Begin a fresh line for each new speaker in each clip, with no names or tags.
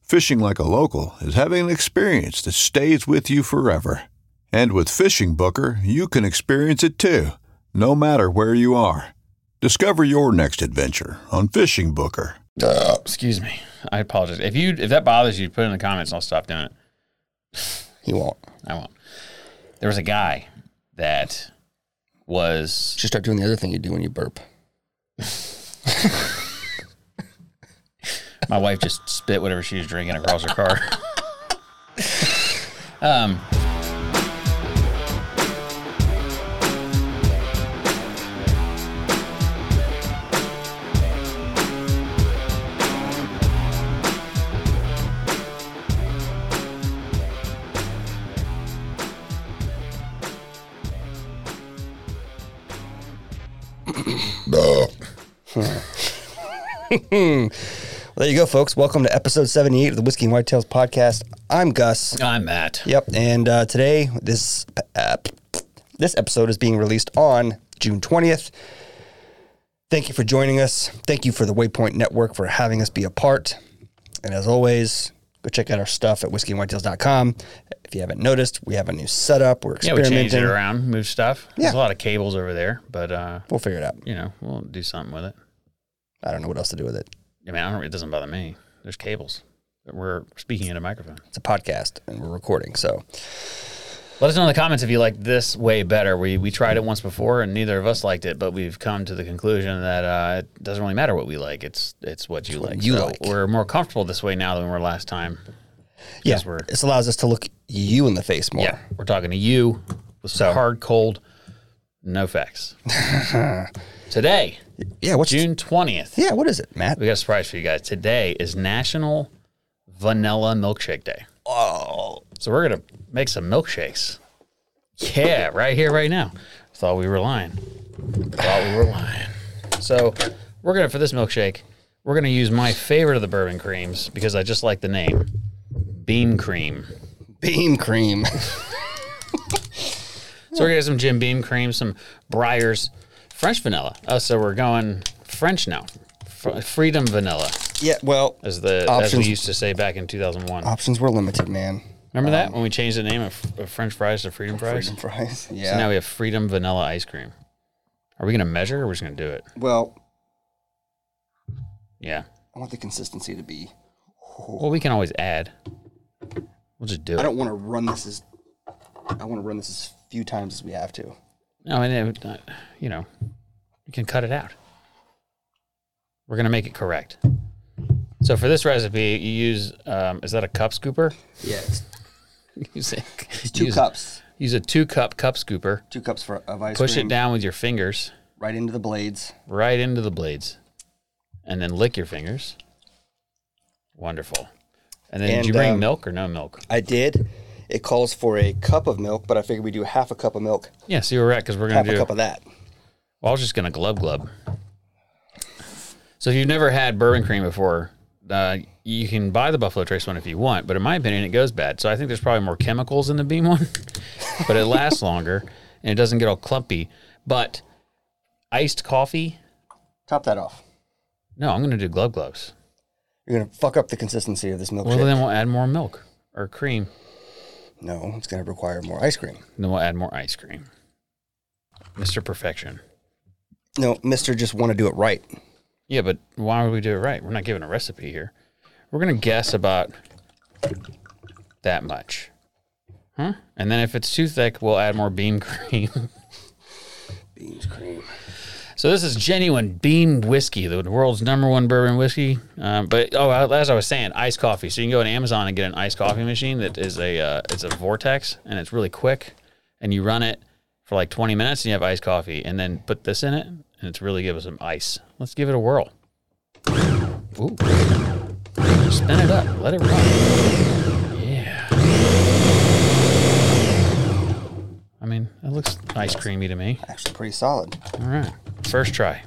Fishing like a local is having an experience that stays with you forever. And with Fishing Booker, you can experience it too, no matter where you are. Discover your next adventure on Fishing Booker.
Excuse me. I apologize. If you if that bothers you, put it in the comments and I'll stop doing it.
He won't.
I won't. There was a guy that was
Just start doing the other thing you do when you burp.
my wife just spit whatever she was drinking across her car. um
Well, there you go, folks. Welcome to episode 78 of the Whiskey and Whitetails podcast. I'm Gus.
I'm Matt.
Yep. And uh, today, this uh, this episode is being released on June 20th. Thank you for joining us. Thank you for the Waypoint Network for having us be a part. And as always, go check out our stuff at whiskeyandwhitetails.com. If you haven't noticed, we have a new setup. We're
Yeah, we
experimenting.
changed it around, moved stuff. There's a
Yeah.
lot of cables over there, but uh,
We'll figure it out.
you know, we'll do something with it.
I don't know what else to do with it.
I mean, I don't, it doesn't bother me. There's cables. We're speaking in a microphone.
It's a podcast and we're recording. So
Let us know in the comments if you like this way better. We we tried it once before and neither of us liked it, but we've come to the conclusion that uh, it doesn't really matter what we like. It's it's what you like.
you
So
like.
We're more comfortable this way now than we were last time.
yeah,
we're-
this allows us to look you in the face more.
Yeah, we're talking to you with some hard cold, no facts. Today,
Yeah, what's
June twentieth,
Yeah, what is it, Matt?
we got a surprise for you guys. Today is National Vanilla Milkshake Day.
Oh,
So we're gonna make some milkshakes. Yeah, right here, right now. Thought we were lying. Thought we were lying. So we're gonna for this milkshake, we're gonna use my favorite of the bourbon creams because I just like the name. Bean cream.
beam cream.
So we're gonna get some Jim Beam cream, some Briars, French vanilla. Oh, so we're going French now. Fr- Freedom vanilla,
yeah, well,
as the as
Options.
we used to say back in 2001.
options were limited, man.
Remember that when we changed the name of, of French fries to Freedom fries?
Um, Freedom fries. Yeah.
So now we have Freedom Vanilla Ice Cream. Are we going to measure or we're just going to do it?
well,
Yeah.
I want the consistency to be.
Well, we can always add. We'll just do
I
it.
don't want to run this as. I want to run this as few times as we have to.
No, and it would not, you know, you can cut it out. We're going to make it correct. So for this recipe, you use, um, is that a cup scooper?
Yeah, it's
Use a,
two
use a-
cups.
Use a two cup cup scooper.
Two cups for of ice
Push
cream.
it down with your fingers
right into the blades.
right into the blades and then lick your fingers. Wonderful. And then
And,
did you bring
um,
milk or no milk?
I did. It calls for a cup of milk, but I figured we do half a cup of milk,
Yeah, so you were right because we're gonna
half
do.
a cup of that.
well, I was just gonna glub glub. So if you've never had bourbon cream before, Uh, you can buy the Buffalo Trace one if you want, but in my opinion, it goes bad. So I think there's probably more chemicals in the Beam one, but it lasts longer and it doesn't get all clumpy. But iced coffee,
Top that off.
no, I'm going to do glove gloves.
You're gonna fuck up the consistency of this milkshake.
Well, then we'll add more milk or cream.
no, it's gonna require more ice cream.
And then we'll add more ice cream. Mr. Perfection.
No, Mister, just want to do it right.
Yeah, but why would we do it right? We're not giving a recipe here. We're gonna guess about that much, huh? And then if it's too thick, we'll add more beam cream.
Beans cream.
so this is genuine beam whiskey, the world's number one bourbon whiskey. Um, but oh, as I was saying, iced coffee. So you can go on Amazon and get an iced coffee machine that is a uh, it's a vortex and it's really quick, and you run it for like 20 minutes and you have iced coffee, and then put this in it, and it's really give us some ice. Let's give it a whirl. Ooh. Spin it up. Let it run. Yeah. I mean, that looks ice creamy to me.
Actually, pretty solid.
All right. First try.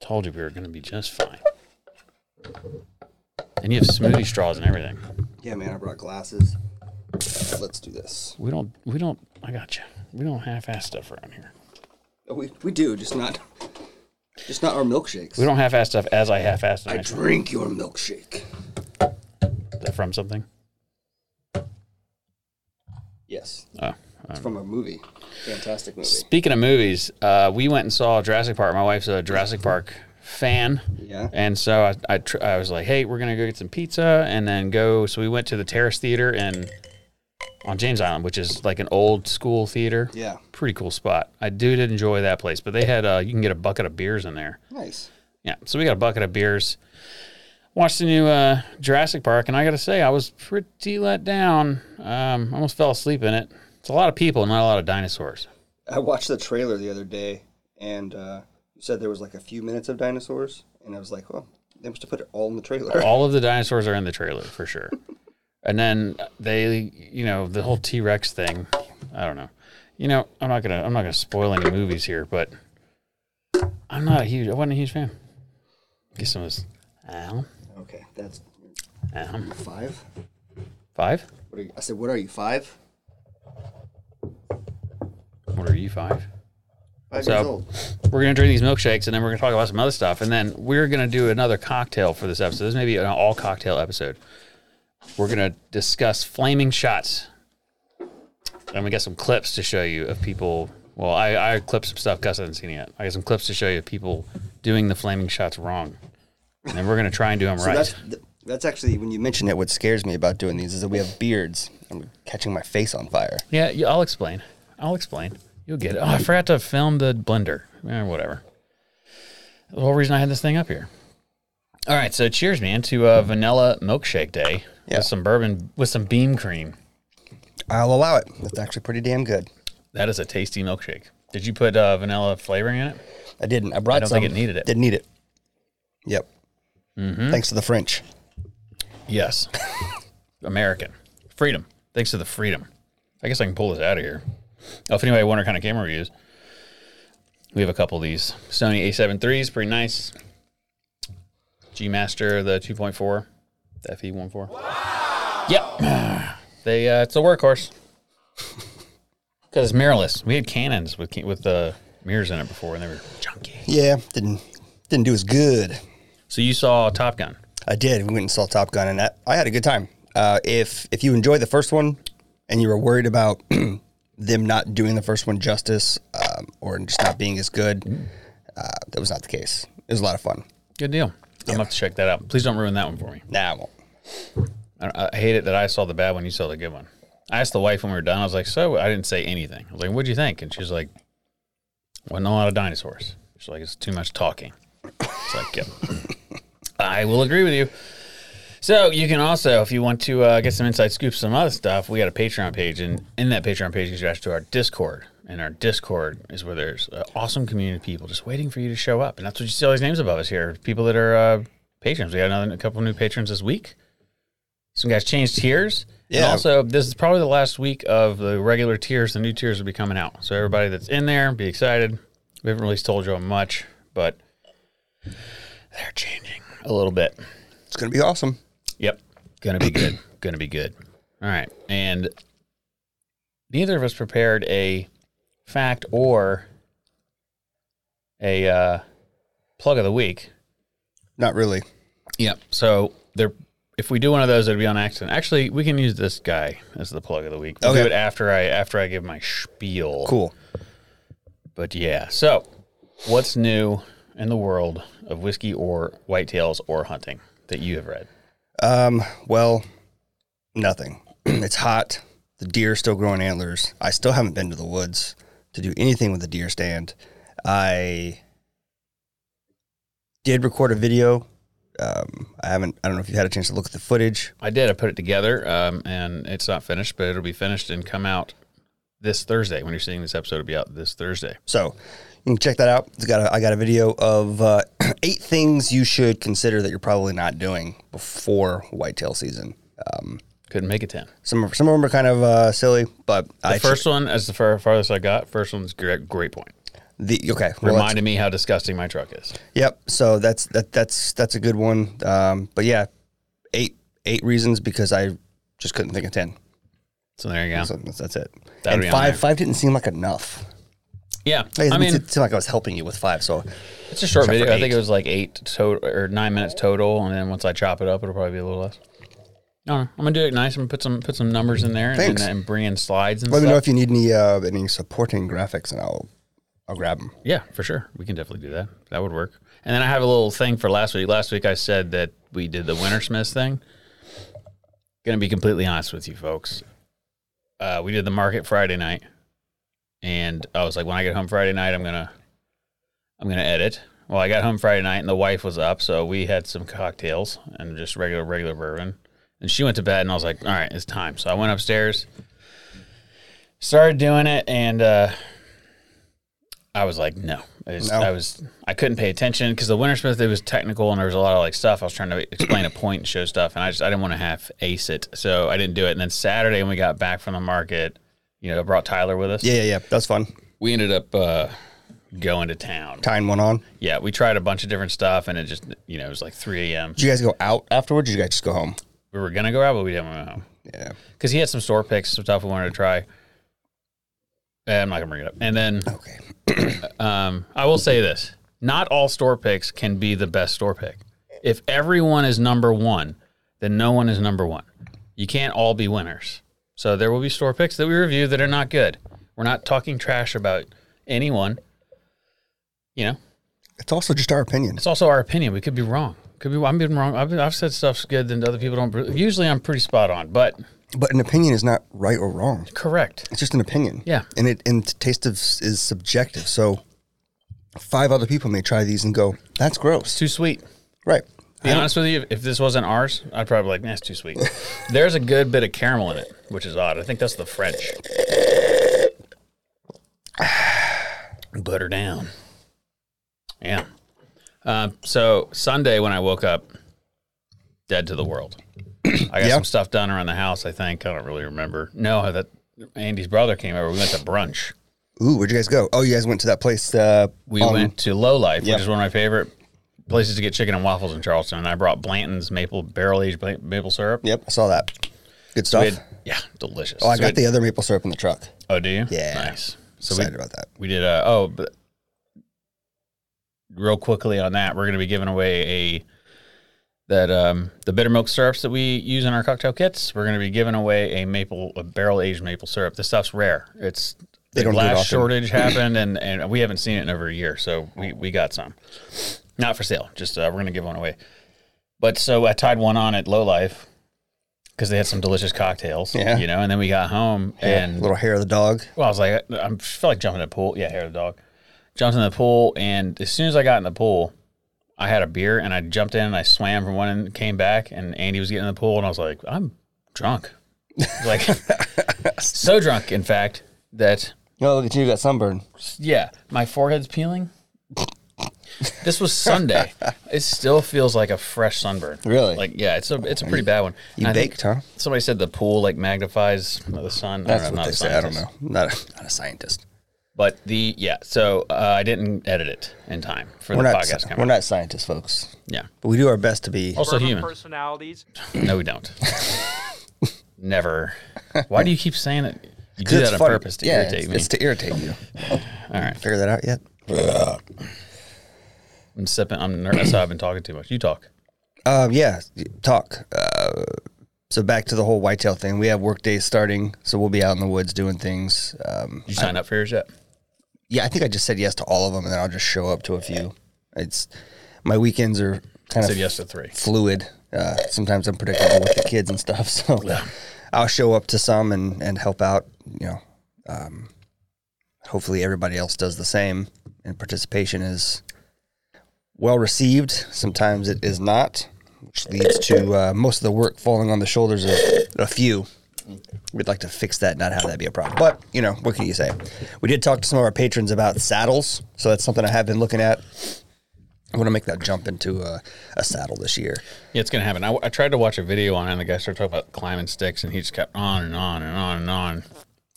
Told you we were going to be just fine. And you have smoothie straws and everything.
Yeah, man, I brought glasses. Uh, Let's do this.
We don't, we don't, I got you. We don't half-ass stuff around here.
Oh, We, we do, just not, just not our milkshakes.
We don't half-ass stuff as I half-assed
I
an ice
drink your milkshake.
Is that from something.
Yes,
Oh.
it's from a movie. Fantastic movie.
Speaking of movies, uh, we went and saw Jurassic Park. My wife's a Jurassic Park fan.
Yeah.
And so I, I, tr- I was like, hey, we're going to go get some pizza and then go. So we went to the Terrace Theater in, on James Island, which is like an old school theater.
Yeah.
Pretty cool spot. I do did enjoy that place, but they had, uh, you can get a bucket of beers in there.
Nice.
Yeah. So we got a bucket of beers, watched the new uh, Jurassic Park, and I got to say, I was pretty let down. Um, almost fell asleep in it. It's a lot of people, not a lot of dinosaurs.
I watched the trailer the other day, and uh, you said there was like a few minutes of dinosaurs, and I was like, well, they must have put it all in the trailer.
all of the dinosaurs are in the trailer for sure. And then they, you know, the whole T Rex thing. I don't know. You know, I'm not gonna I'm not gonna spoil any movies here, but I'm not a huge I wasn't a huge fan. Guess it was Ow.
Okay, that's
Ow.
five.
Five?
What are you, I said, what are you five?
What are you five?
Five
So-
years old.
We're gonna drink these milkshakes and then we're gonna talk about some other stuff and then we're gonna do another cocktail for this episode. This may be an all cocktail episode. We're gonna discuss flaming shots. And we got some clips to show you of people. Well, I, I clipped some stuff Gus hasn't seen yet. I got some clips to show you of people doing the flaming shots wrong. And then we're gonna try and do them
So
right.
that's th- that's actually when you mention it. What scares me about doing these is that we have beards. I'm catching my face on fire.
Yeah, yeah, I'll explain. I'll explain. You'll get it. Oh, I forgot to film the blender. Eh, whatever. The whole reason I had this thing up here. All right, so cheers, man, to uh, vanilla milkshake day
Yeah.
with some bourbon with some beam cream.
I'll allow it. That's actually pretty damn good.
That is a tasty milkshake. Did you put uh, vanilla flavoring in it?
I didn't. I brought.
I don't think
some.
it needed it. Mm-hmm.
Didn't need it. Yep. Thanks to the French.
Yes. American freedom. Thanks to the freedom. I guess I can pull this out of here. Oh, if anybody wonder what kind of camera we use, we have a couple of these Sony A7 III's, pretty nice. G Master, the 2.4, the FE14. Yep. They uh, it's a workhorse because it's mirrorless. We had cannons with ca- with the mirrors in it before, and they were junky.
Yeah. Didn't didn't do as good.
So you saw Top Gun.
I did. We went and saw Top Gun, and I, I had a good time. Uh, if if you enjoyed the first one, and you were worried about them not doing the first one justice, um, or just not being as good, uh, that was not the case. It was a lot of fun.
Good deal. I'm gonna have to check that out. Please don't ruin that one for me.
Nah, I won't.
I, I hate it that I saw the bad one. You saw the good one. I asked the wife when we were done. I was like, "So I didn't say anything." I was like, "What'd you think?" And she's like, "Wasn't a lot of dinosaurs." She's like, "It's too much talking." It's like, "Yep, I will agree with you." So you can also, if you want to uh, get some inside scoop, some other stuff, we got a Patreon page, and in that Patreon page, you can actually to our Discord, and our Discord is where there's an awesome community of people just waiting for you to show up, and that's what you see all these names above us here, people that are uh, patrons. We got another a couple new patrons this week. Some guys changed tiers. And
Yeah.
also, this is probably the last week of the regular tiers. The new tiers will be coming out. So everybody that's in there, be excited. We haven't really told you much, but they're changing a little bit.
It's going to be awesome.
Yep. Gonna be good. Gonna be good. All right. And neither of us prepared a fact or a uh, plug of the week.
Not really.
Yep. So there, if we do one of those, it'll be on accident. Actually, we can use this guy as the plug of the week. We'll do
Okay.
it after I after I give my spiel.
Cool.
But yeah. So, what's new in the world of whiskey or whitetails or hunting that you have read?
Um, well, nothing. it's hot. The deer are still growing antlers. I still haven't been to the woods to do anything with the deer stand. I did record a video. Um, I haven't. I don't know if you had a chance to look at the footage.
I did. I put it together, um, and it's not finished, but it'll be finished and come out this Thursday. When you're seeing this episode, it'll be out this Thursday.
So you can check that out. It's got a, I got a video of uh, eight things you should consider that you're probably not doing before whitetail season. Um,
Couldn't make it ten.
some of, some of them are kind of uh, silly, but
The
I
first one, as the far, farthest I got, first one's great, great point.
the okay well, that's-
Reminded me how disgusting my truck is.
Yep. So that's that that's that's a good one. Um, but yeah, eight eight reasons because I just couldn't think of ten.
So there you go.
So that's, that's it.
That'll be
and
on
five
there.
five didn't seem like enough.
Yeah,
Like,
I
it
mean,
didn't seem like I was helping you with five. So
it's a short
except for
video. I think
eight.
it was like eight total or nine minutes total, and then once I chop it up, it'll probably be a little less. No, I'm gonna do it nice. I'm gonna put some put some numbers in there and, and,
Thanks.
bring in slides and
let me know
stuff.
if you need any uh, any supporting graphics, and I'll I'll grab them.
Yeah, for sure. We can definitely do that. That would work. And then I have a little thing for last week. Last week I said that we did the Wintersmiths thing. Gonna be completely honest with you folks. Uh, we did the market Friday night, and I was like, when I get home Friday night, I'm gonna, I'm gonna edit. Well, I got home Friday night, and the wife was up, so we had some cocktails and just regular regular bourbon. And she went to bed, and I was like, all right, it's time. So I went upstairs, started doing it, and uh, I was like, no, I, just-
No.
I was, I couldn't pay attention because the Wintersmith it was technical, and there was a lot of like stuff. I was trying to explain a point and show stuff, and I just I didn't want to half ace it, so I didn't do it. And then Saturday when we got back from the market, you know, I brought Tyler with us.
Yeah, yeah, yeah. That's fun.
We ended up uh, going to town.
Tying one on.
Yeah, we tried a bunch of different stuff, and it just you know it was like 3 a.m.
Did you guys go out afterwards? Or did you guys just go home?
We were gonna go out, but we didn't want to go home
Yeah.
because he had some store picks, some stuff we wanted to try. Eh, I'm not gonna bring it up. And then
Okay.
um, I will say this: not all store picks can be the best store pick. If everyone is number one, then no one is number one. You can't all be winners. So there will be store picks that we review that are not good. We're not talking trash about anyone. You know,
It's also just our opinion.
it's also our opinion. We could be wrong. Could be. I've been wrong. I've, been, I've said stuff's good that other people don't. Usually, I'm pretty spot on, but
But an opinion is not right or wrong.
correct.
It's just an opinion.
Yeah.
And it and taste of, is subjective. So five other people may try these and go, "That's gross."
Too sweet.
Right.
Be honest with you, if- if this wasn't ours, I'd probably be like, that's too sweet. There's a good bit of caramel in it, which is odd. I think that's the French. Butter down. Yeah. Uh, so Sunday when I woke up, dead to the world. I got
Yeah.
some stuff done around the house. I think I don't really remember. No, that Andy's brother came over. We went to brunch.
Ooh, where'd you guys go? Oh, you guys went to that place. Uh,
We
on-
went to Low Life,
yeah.
which is one of my favorite places to get chicken and waffles in Charleston. And I brought Blanton's maple barrel aged bla- maple syrup.
Yep, I saw that. Good stuff.
We had- yeah, delicious.
oh, I
So
got
we-
the other maple syrup in the truck.
Oh, do you?
Yeah.
Nice. So we,
Excited about that.
we did. Uh, oh, but real quickly on that, we're going to be giving away a that um the bitter milk syrups that we use in our cocktail kits. We're going to be giving away a maple a barrel aged maple syrup. This stuff's rare. It's
They
the
don't do it
glass
often.
shortage happened, and and we haven't seen it in over a year. So we we got some, not for sale. Just uh, we're going to give one away. But so I tied one on at Low Life because they had some delicious cocktails.
Yeah.
you know. And then we got home and
little hair of the dog.
well, I was like, I I feel like jumping in the pool. Yeah, hair of the dog. Jumped in the pool, and as soon as I got in the pool, I had a beer, and I jumped in, and I swam from one end, came back, and Andy was getting in the pool, and I was like, I'm drunk, like so drunk, in fact, that
No, Oh, look at you, you got sunburn.
yeah, my forehead's peeling. This was Sunday. it still feels like a fresh sunburn.
Really?
Like yeah, it's a it's a pretty bad one.
You
And I think
baked, huh?
Somebody said the pool like magnifies the sun. I don't
That's
know, I'm
what
not
they
a
say. I don't
scientist.
know. Not a, not a scientist.
But the yeah, so uh, I didn't edit it in time for
We're
the
not,
podcast.
sci-
coming
we're
out.
not scientists, folks,
yeah,
but we do our best to be.
also
Verbal
human.
personalities.
No, we don't. Never. Why do you keep saying it? You do
Because
that
it's
on
funny.
purpose to
yeah,
irritate
it's,
me.
it's to irritate you.
All right,
Figure that out yet?
I'm sipping. I'm ner- that's how I've been talking too much. You talk.
Um, yeah, talk. Uh, so back to the whole whitetail thing. We have work days starting, so we'll be out in the woods doing things. Um,
Did you sign up for yours yet?
yeah, I think I just said yes to all of them, and then I'll just show up to a few. It's my weekends are kind
Said
of
yes to three.
fluid. Uh, sometimes unpredictable with the kids and stuff. So I'll show up to some and, and help out. You know, um, hopefully everybody else does the same. And participation is well received. Sometimes it is not, which leads to uh, most of the work falling on the shoulders of a few. We'd like to fix that, not have that be a problem. But you know, what can you say? We did talk to some of our patrons about saddles, so that's something I have been looking at. I want to make that jump into a, a saddle this year.
Yeah, it's gonna happen. I, I tried to watch a video on it, and the guy started talking about climbing sticks, and he just kept on and on and on and on.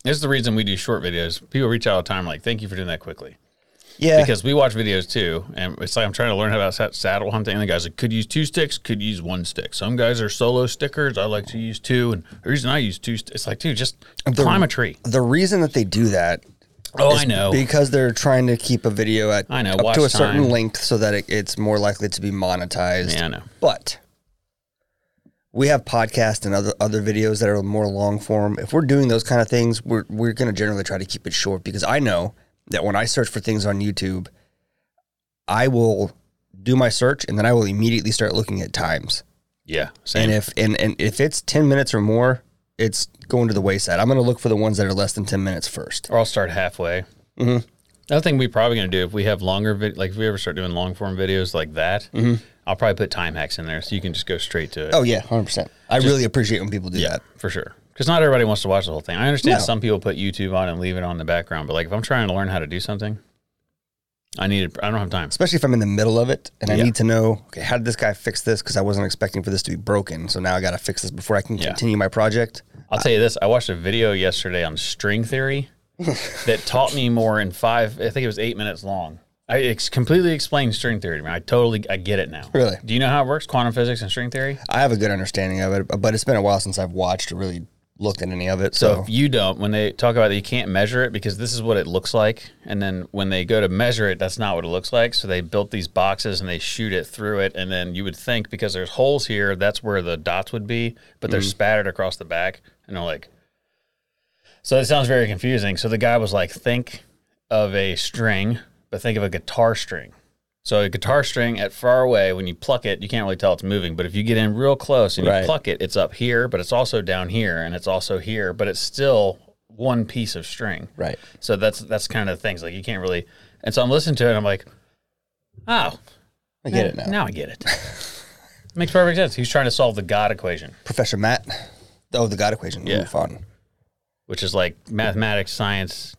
This is the reason we do short videos. People reach out all the time, like, "Thank you for doing that quickly,"
Yeah,
because we watch videos too, and it's like I'm trying to learn about sa- saddle hunting. And the guys like, "Could use two sticks, could use one stick." Some guys are solo stickers. I like to use two, and the reason I use two, st- it's like, dude, just climb a tree.
the reason that they do that
Oh,
is
I know.
because they're trying to keep a video at
I know,
up
watch
to a certain
time.
length so that it, it's more likely to be monetized.
Yeah, I know.
But we have podcasts and other other videos that are more long form. If we're doing those kind of things, we're we're going to generally try to keep it short because I know that when I search for things on YouTube, I will do my search and then I will immediately start looking at times.
Yeah,
And
same.
if and, and if it's ten minutes or more, it's going to the wayside. I'm going to look for the ones that are less than ten minutes first.
or I'll start halfway. Mm-hmm. Another thing we're probably going to do if we have longer, vid- like if we ever start doing long form videos like that, I'll probably put time hacks in there so you can just go straight to it.
Oh yeah, hundred percent. I really appreciate when people do that.
for sure. Because not everybody wants to watch the whole thing. I understand
No.
some people put YouTube on and leave it on the background, but like if I'm trying to learn how to do something, I need. I don't have time.
Especially if I'm in the middle of it and I
Yeah.
need to know, okay, how did this guy fix this? Because I wasn't expecting for this to be broken. So now I got to fix this before I can
Yeah.
continue my project.
I'll tell you this. I watched a video yesterday on string theory that taught me more in five. I think it was eight minutes long. I ex- completely explained string theory to me. I totally I get it now.
Really?
Do you know how it works? Quantum physics and string theory.
I have a good understanding of it, but it's been a while since I've watched or really looked at any of it.
So
So,
if you don't, when they talk about it, you can't measure it because this is what it looks like. And then when they go to measure it, that's not what it looks like. So they built these boxes and they shoot it through it. And then you would think because there's holes here, that's where the dots would be, but they're spattered across the back. And they're like, so that sounds very confusing. So the guy was like, think of a string, but think of a guitar string. So a guitar string at far away, when you pluck it, you can't really tell it's moving. But if you get in real close and
Right.
you pluck it, it's up here, but it's also down here, and it's also here, but it's still one piece of string.
right.
So that's that's kind of the things like you can't really. And so I'm listening to it, and I'm like, oh,
I get it now.
Now I get it. Makes perfect sense. He's trying to solve the God equation,
Professor Matt. Oh, the God equation. Ooh,
Yeah.
fun.
which is like mathematics, science,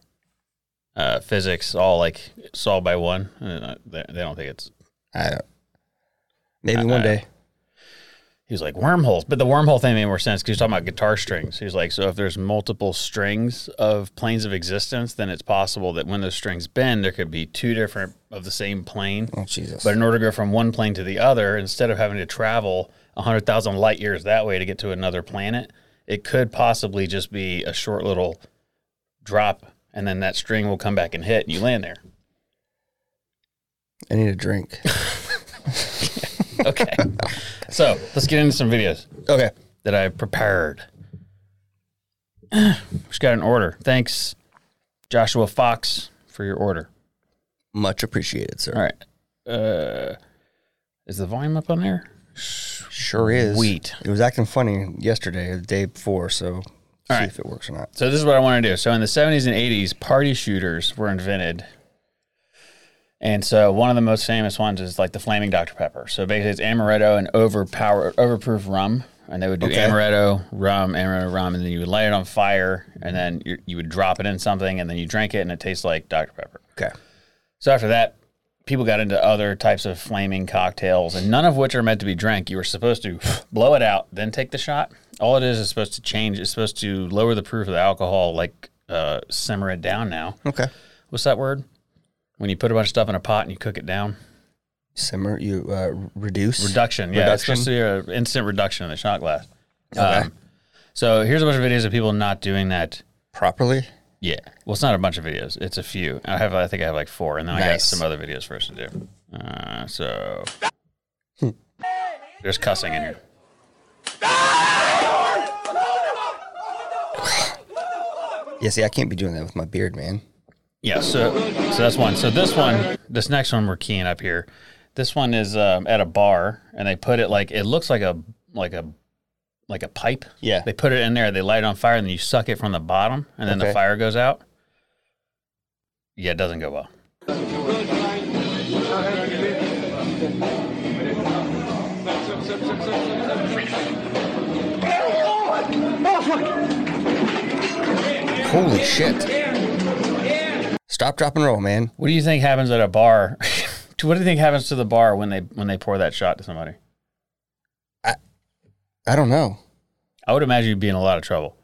uh, physics, all like solved by one. And uh, they they don't think it's
I don't. Maybe one day.
He was like wormholes, but the wormhole thing made more sense because he was talking about guitar strings. He was like, so if there's multiple strings of planes of existence, then it's possible that when those strings bend, there could be two different of the same plane.
Oh, Jesus.
But in order to go from one plane to the other, instead of having to travel 100,000 light years that way to get to another planet, it could possibly just be a short little drop, and then that string will come back and hit, and you land there.
I need a drink.
Okay. so let's get into some videos.
okay.
that I prepared. Just got an order. Thanks, Joshua Fox, for your order.
Much appreciated, sir.
All right. Uh, is the volume up on there?
Sure is.
Sweet.
It was acting funny yesterday or the day before, so see
right.
if it works or not.
So this is what I want to do. So in the 70s and 80s, party shooters were invented. And so one of the most famous ones is like the flaming Dr. Pepper. So basically it's amaretto and overpower overproof rum. And they would do
Okay.
amaretto, rum, amaretto, rum, and then you would light it on fire, and then you, you would drop it in something, and then you drank it, and it tastes like Dr. Pepper.
Okay.
So after that, people got into other types of flaming cocktails, and none of which are meant to be drank. You were supposed to blow it out, then take the shot. All it is is supposed to change. It's supposed to lower the proof of the alcohol, like uh, simmer it down now.
Okay.
what's that word? When you put a bunch of stuff in a pot and you cook it down.
Simmer, you uh, reduce.
Reduction. Yeah,
Reduction.
it's supposed to be an instant reduction in the shot glass.
Okay.
Um, so here's a bunch of videos of people not doing that.
properly.
Yeah. Well, it's not a bunch of videos. It's a few. I have. I think I have like four, and then I got
Nice.
some other videos for us to do. Uh, so there's cussing in here.
Yeah, see, I can't be doing that with my beard, man.
Yeah, so so that's one. So this one, this next one we're keying up here. This one is um, at a bar, and they put it like it looks like a like a like a pipe.
Yeah.
They put it in there. They light it on fire, and then you suck it from the bottom, and then
Okay.
the fire goes out. Yeah, it doesn't go well.
Holy shit. Stop, drop, and roll, man.
What do you think happens at a bar? To- what do you think happens to the bar when they when they pour that shot to somebody?
I don't know.
I would imagine you'd be in a lot of trouble.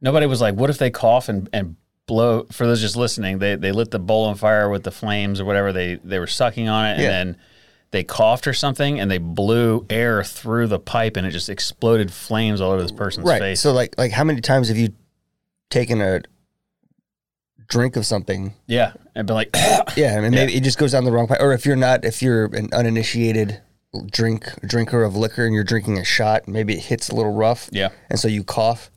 Nobody was like, what if they cough and, and blow? For those just listening, they, they lit the bowl on fire with the flames or whatever. They, they were sucking on it and
Yeah.
then they coughed or something and they blew air through the pipe and it just exploded flames all over this person's
right.
face.
So, like, like how many times have you taken a drink of something?
yeah. And been like,
Yeah, and maybe it just goes down the wrong pipe. Or if you're not, if you're an uninitiated drink drinker of liquor and you're drinking a shot, maybe it hits a little rough.
yeah.
and so you cough.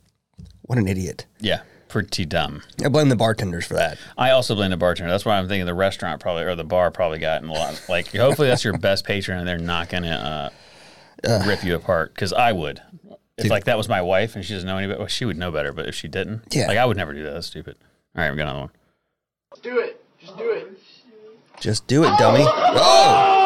What an idiot!
Yeah. Pretty dumb.
I blame the bartenders for that.
I also blame the bartender. That's why I'm thinking the restaurant probably or the bar probably got in a lot. Like, hopefully that's your best patron and they're not going to uh, rip you apart because I would. If like that was my wife and she doesn't know any better, well, she would know better. But if she didn't,
Yeah.
like I would never do that. That's stupid. All right, we got another one.
Do it. Just do it.
Just do it, dummy. Oh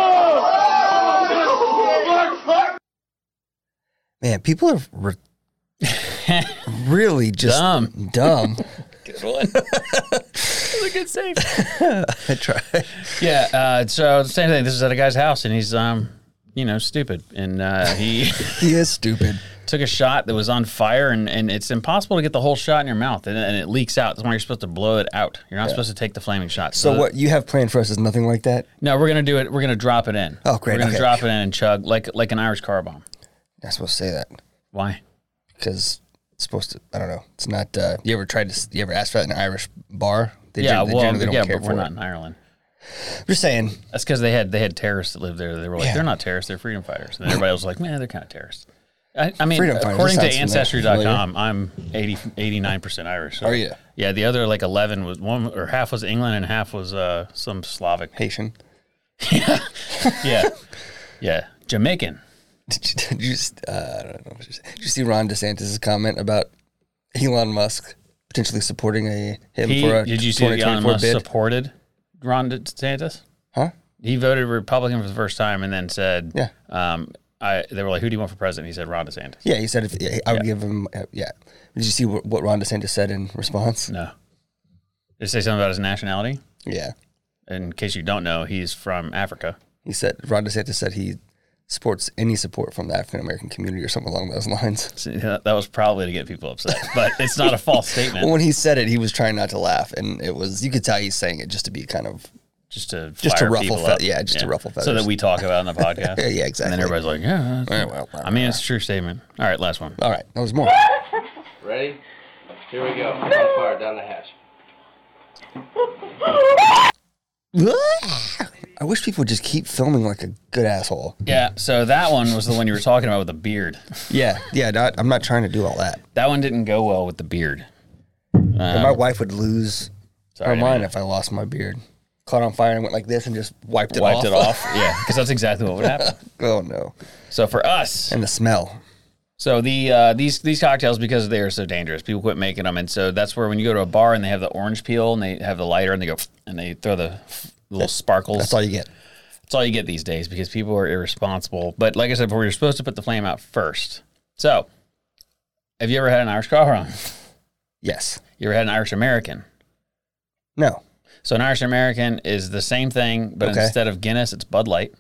man, people are re- really just
Dumb.
dumb.
Good one. That's a good save.
I try.
Yeah. Uh, so same thing. This is at a guy's house and he's um, you know, stupid and uh, he.
He is stupid.
took a shot that was on fire and, and it's impossible to get the whole shot in your mouth and, and it leaks out. That's why you're supposed to blow it out. You're not supposed to take the flaming shot.
So what you have planned for us is nothing like that.
No, we're gonna do it. We're gonna drop it in.
Oh, great,
We're gonna
okay.
drop it in and chug like like an Irish car bomb.
You're not supposed to say that
Why?
because it's supposed to. I don't know. It's not. Uh, you ever tried to? s- You ever asked for that in an Irish bar? They
yeah,
gen- they
well,
generally don't
yeah,
care
but we're
for
not
it.
in Ireland.
I'm just saying.
That's because they had they had terrorists that lived there. They were like,
Yeah.
they're not terrorists, they're freedom fighters. And everybody was like, man, they're kind of terrorists. I, I mean,
Freedom fighters,
according
that
to
sounds familiar.
Ancestry.com, I'm 80, 89 percent Irish. so-
Are you?
Yeah, the other like eleven was one or half was England and half was uh, some Slavic
Haitian.
yeah, yeah. Jamaican.
Did you, did you s- uh, I don't know. What you said. did you see Ron DeSantis' comment about Elon Musk potentially supporting a him
He,
for a
did you see that Elon
2024
Musk
bid?
supported Ron DeSantis?
Huh?
He voted Republican for the first time and then said,
Yeah.
Um, I, they were like, who do you want for president? He said Ron DeSantis.
Yeah, he said if yeah, I would give him. Uh, yeah. Did you see what, what Ron DeSantis said in response?
No. Did it say something about his nationality?
Yeah,
In case you don't know, he's from Africa.
he said Ron DeSantis said he supports any support from the African American community or something along those lines.
So that that was probably to get people upset, but it's not a false
Well,
statement.
when he said it, he was trying not to laugh, and it was you could tell he's saying it just to be kind of
Just to
Just to
fire
ruffle
people
fe-
up.
yeah, just to ruffle
So that
feathers.
we talk about it in the podcast.
yeah, yeah
And
exactly.
then everybody's like, yeah. that's-
well, well,
I mean, it's a true statement. All right, last one.
All right, that was more.
Ready? Here we go. On fire down the hatch.
I wish people would just keep filming like a good asshole.
Yeah, so that one was the one you were talking about with the beard.
Yeah, yeah. Not, I'm not trying to do all that.
That one didn't go well with the beard. Um,
And my wife would lose
Sorry, I
her
didn't
mind
mean
if I lost my beard. Caught on fire and went like this and just wiped it
Wiped
off.
it off. Yeah, because that's exactly what would happen.
oh no!
So for us,
And the smell.
so the uh, these these cocktails because they are so dangerous, people quit making them, and so that's where when you go to a bar and they have the orange peel and they have the lighter and they go and they throw the little sparkles.
That's all you get.
That's all you get these days because people are irresponsible. But like I said before, you're supposed to put the flame out first. So, have you ever had an Irish car on?
Yes.
You ever had an Irish American?
No.
So an Irish American is the same thing, but
Okay.
instead of Guinness, it's Bud Light,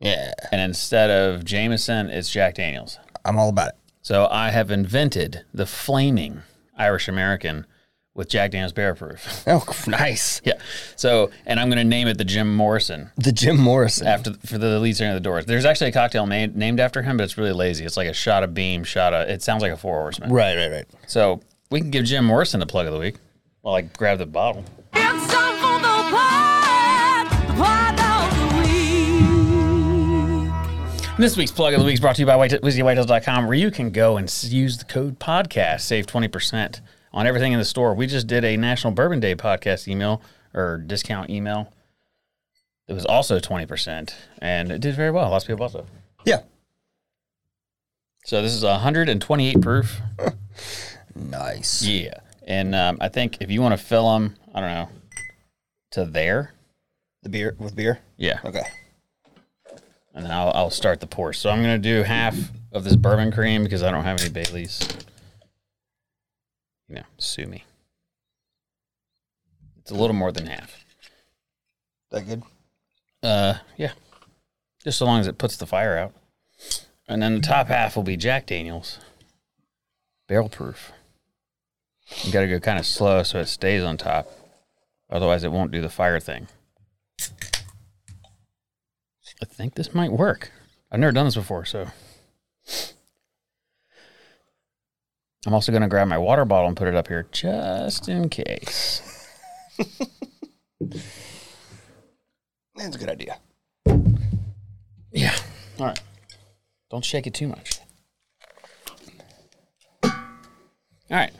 Yeah.
and instead of Jameson, it's Jack Daniels.
I'm all about it.
So I have invented the flaming Irish American, with Jack Daniels Bear Proof.
Oh, nice.
yeah. So, and I'm going to name it the Jim Morrison
The Jim Morrison.
after for the lead singer of the Doors. There's actually a cocktail made, named after him, but it's really lazy. It's like a shot of Beam, shot of. It sounds like a Four Horseman.
Right, right, right.
So we can give Jim Morrison the plug of the week. Well, like grab the bottle.
It's time for the pod, the pod of the week.
This week's plug of the week is brought to you by WizzyWhitetails.com, where you can go and s- use the code podcast, save 20% on everything in the store. We just did a National Bourbon Day podcast email or discount email. It was also 20%, and it did very well. Lots of people bought it.
Yeah.
So this is 128 proof.
Nice.
Yeah. And um, I think if you want to fill them, I don't know, to there.
The beer with beer.
Yeah.
Okay.
and then I'll, I'll start the pour. So I'm gonna do half of this bourbon cream because I don't have any Baileys. You know, sue me. It's a little more than half.
That good.
Uh, yeah. Just so long as it puts the fire out. And then the top half will be Jack Daniels, barrel proof. You gotta go kind of slow so it stays on top. Otherwise, it won't do the fire thing. I think this might work. I've never done this before, so. I'm also gonna grab my water bottle and put it up here just in case.
That's a good idea.
Yeah. All right. Don't shake it too much. All right.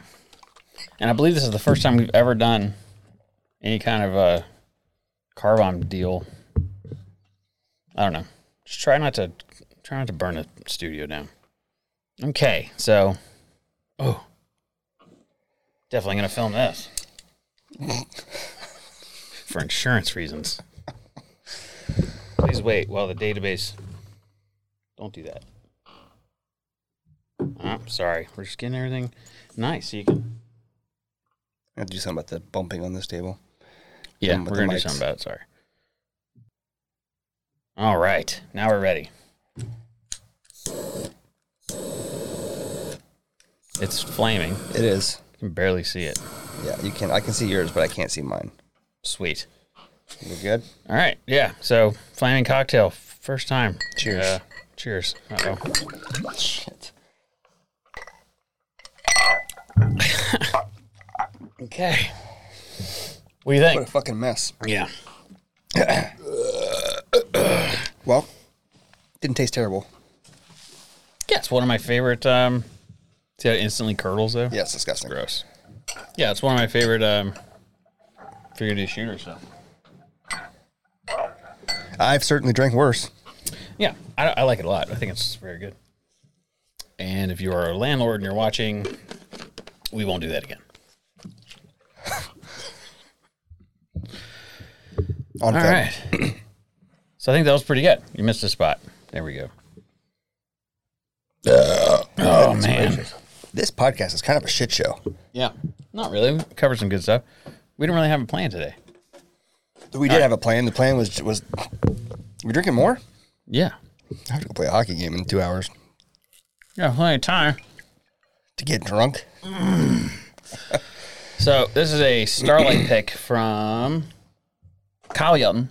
And I believe this is the first time we've ever done any kind of a carbon deal. I don't know. Just try not to try not to burn the studio down. Okay, so oh, definitely gonna film this for insurance reasons. Please wait while the database. Don't do that. Oh, sorry, we're just getting everything nice. You can.
I have to do something about the bumping on this table.
Yeah,
Um, with
we're
the
gonna do
mics.
something about it. Sorry. All right, now we're ready. It's flaming.
It is.
You can barely see it.
Yeah, you can. I can see yours, but I can't see mine.
Sweet.
We're good.
All right. Yeah. So flaming cocktail, first time.
Cheers.
Uh, cheers. Uh oh.
Shit.
Okay. What do you think?
What a fucking mess.
Yeah.
Well, didn't taste terrible.
Yeah, it's one of my favorite. Um, see how it instantly curdles though.
Yeah, it's disgusting.
Gross. Yeah, it's one of my favorite um, figurative shooters. So.
I've certainly drank worse.
Yeah, I, I like it a lot. I think it's very good. And if you are a landlord and you're watching, we won't do that again.
On
All
film.
right. so I think that was pretty good. You missed a spot. There we go. oh man.
This podcast is kind of a shit show.
Yeah. Not really. We covered some good stuff. We didn't really have a plan today.
We did have a plan. The plan was was we drinking more.
Yeah.
I have to go play a hockey game in two hours
Yeah, plenty of time.
to get drunk.
So this is a Starlight pick from Kyle Yelton.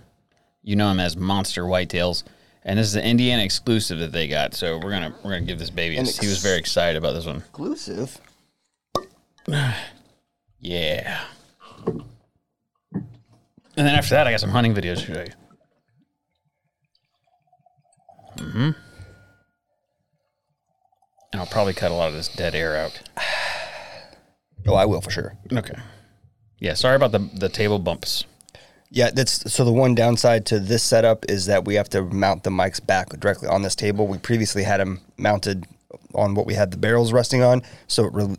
You know him as Monster Whitetails, and this is an Indiana exclusive that they got. So we're gonna we're gonna give this baby. A,
An
he was very excited about this one.
Exclusive.
Yeah. And then after that, I got some hunting videos to show you. Mm-hmm. And I'll probably cut a lot of this dead air out.
Oh, I will for sure.
Okay. Yeah. Sorry about the the table bumps.
Yeah, that's so. The one downside to this setup is that we have to mount the mics back directly on this table. We previously had them mounted on what we had the barrels resting on, so it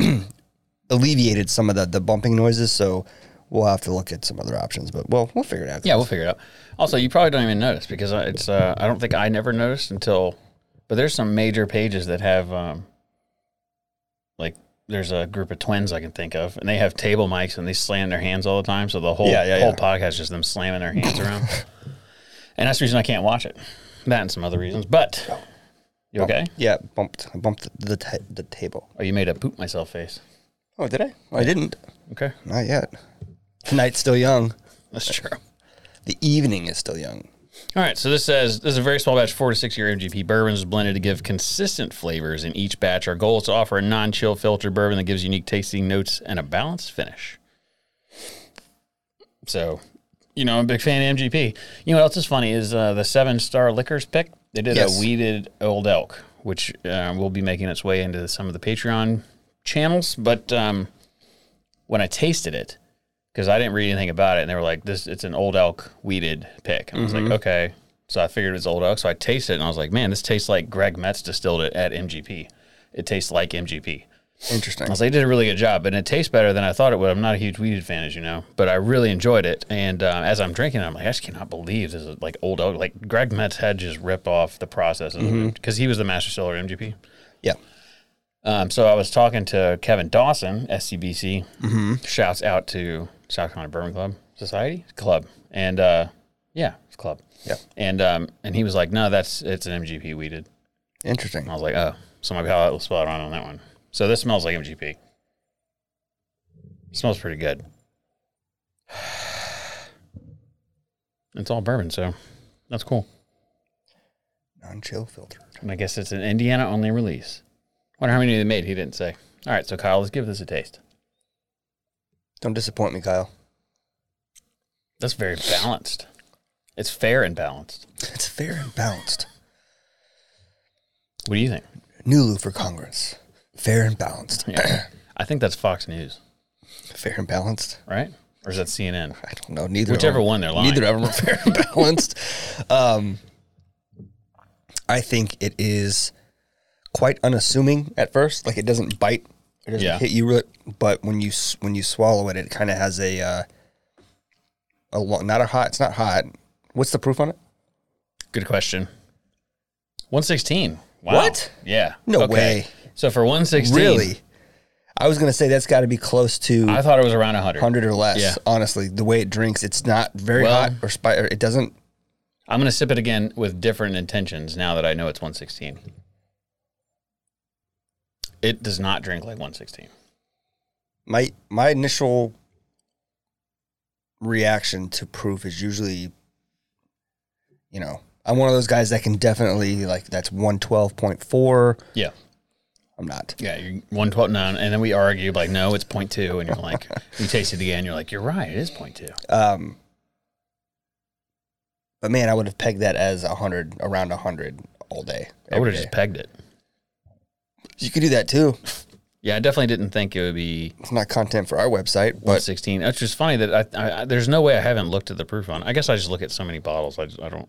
re- alleviated some of the, the bumping noises. So we'll have to look at some other options, but well, we'll figure it out.
Yeah, we'll figure it out. Also, you probably don't even notice because I- it's uh, I don't think I never noticed until, but there's some major pages that have um, like there's a group of twins I can think of, and they have table mics and they slam their hands all the time. So the whole
Yeah, yeah,
whole
yeah.
podcast is just them slamming their hands around, and that's the reason I can't watch it. That and some other reasons, but you okay?
yeah, bumped, I bumped the ta- the table.
Oh, you made a poop myself face.
Oh, did I? Oh, I didn't.
Okay,
Not yet. The night's still young.
that's true.
The evening is still young.
All right, so this says this is a very small batch, four to six year MGP bourbons blended to give consistent flavors in each batch. Our goal is to offer a non chill filtered bourbon that gives unique tasting notes and a balanced finish. So, you know, I'm a big fan of MGP. You know what else is funny is uh, the Seven Star Liquors pick. They did
Yes.
a weeded Old Elk, which uh, will be making its way into some of the Patreon channels. But um, when I tasted it, because I didn't read anything about it, and they were like, "This it's an old elk weeded pick." And I was like, "Okay." So I figured it was old elk. So I tasted it, and I was like, "Man, this tastes like Greg Metz distilled it at MGP. It tastes like MGP."
Interesting.
I was like, "They did a really good job, and it tastes better than I thought it would." I'm not a huge weeded fan, as you know, but I really enjoyed it. And uh, as I'm drinking, it, I'm like, "I just cannot believe this is like old elk. Like Greg Metz had just ripped off the process because he was the master seller at MGP."
yeah.
Um, so I was talking to Kevin Dawson, SCBC. Shouts out to South Carolina Bourbon Club Society Club, and uh, yeah, it's club.
Yeah.
And um, and he was like, "No, that's it's an MGP weeded."
Interesting.
And I was like, "Oh, so my palate was spot on on that one." So this smells like MGP. smells pretty good. It's all bourbon, so that's cool.
Non chill filter.
And I guess it's an Indiana only release. Wonder how many they made. He didn't say. All right, so Kyle, let's give this a taste.
Don't disappoint me, Kyle.
That's very balanced. It's fair and balanced.
It's fair and balanced.
What do you think?
Nulu for Congress. Fair and balanced.
Yeah. I think that's Fox News,
fair and balanced.
right? Or is that CNN?
I don't know. Neither
Whichever
of them,
one they're lying.
Neither of them are fair and balanced. Um, I think it is quite unassuming at first. Like it doesn't bite. It doesn't
Yeah.
hit you. Really, but when you s- when you swallow it, it kind of has a uh, a long, not a hot. It's not hot. What's the proof on it?
Good question. 116. Wow.
What?
Yeah.
No way.
So for 116,
Really? I was gonna say that's got to be close to
I thought it was around 100.
100 or less.
Yeah.
Honestly, the way it drinks, it's not very
Well-
hot or spi- or It doesn't.
I'm going to sip it again with different intentions now that I know it's 116. It does not drink like 116.
My my initial reaction to proof is usually, you know, I'm one of those guys that can definitely like that's 112.4.
Yeah.
I'm not.
Yeah, you're 112 nine, and then we argue like, no, it's 0.2, and you're like, you taste it again, you're like, you're right, it is 0.2.
Um, but man, I would have pegged that as 100 around 100 all day.
I
every
would have just
day.
pegged it.
You could do that too.
Yeah, I definitely didn't think it would be
It's not content for our website, but
116. It's just funny that I, I, I- there's no way I haven't looked at the proof on. I guess I just look at so many bottles. I, just, I don't.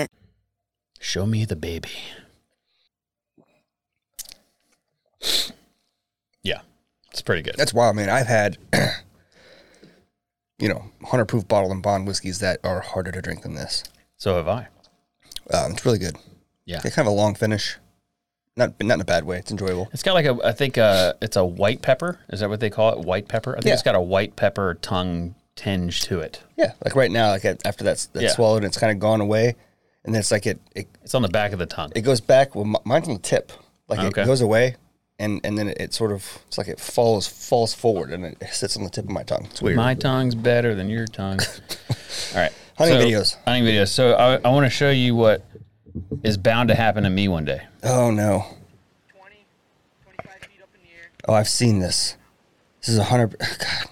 Show me the baby. Yeah, it's pretty good.
That's wild, man. I've had, you know, 100 proof bottle and bond whiskeys that are harder to drink than this.
So have I.
Um, it's really good.
Yeah,
They kind of a long finish. Not, but not in a bad way. It's enjoyable.
it's got like a. I think uh, it's a white pepper. Is that what they call it? White pepper. I think
Yeah.
it's got a white pepper tongue tinge to it.
Yeah. Like right now, like a- after that's, that's
Yeah.
swallowed, it's kind of gone away. And then it's like it, it,
It's on the back of the tongue.
it goes back. Well, mi- mine's on the tip. Like
Okay.
it goes away. And, and then it, it sort of, it's like it falls, falls forward and it sits on the tip of my tongue. It's weird.
My tongue's better than your tongue. All right.
Hunting
so-
videos.
Hunting videos. So I, I want to show you what is bound to happen to me one day.
oh no. Oh, I've seen this. This is a hundred. oh, God.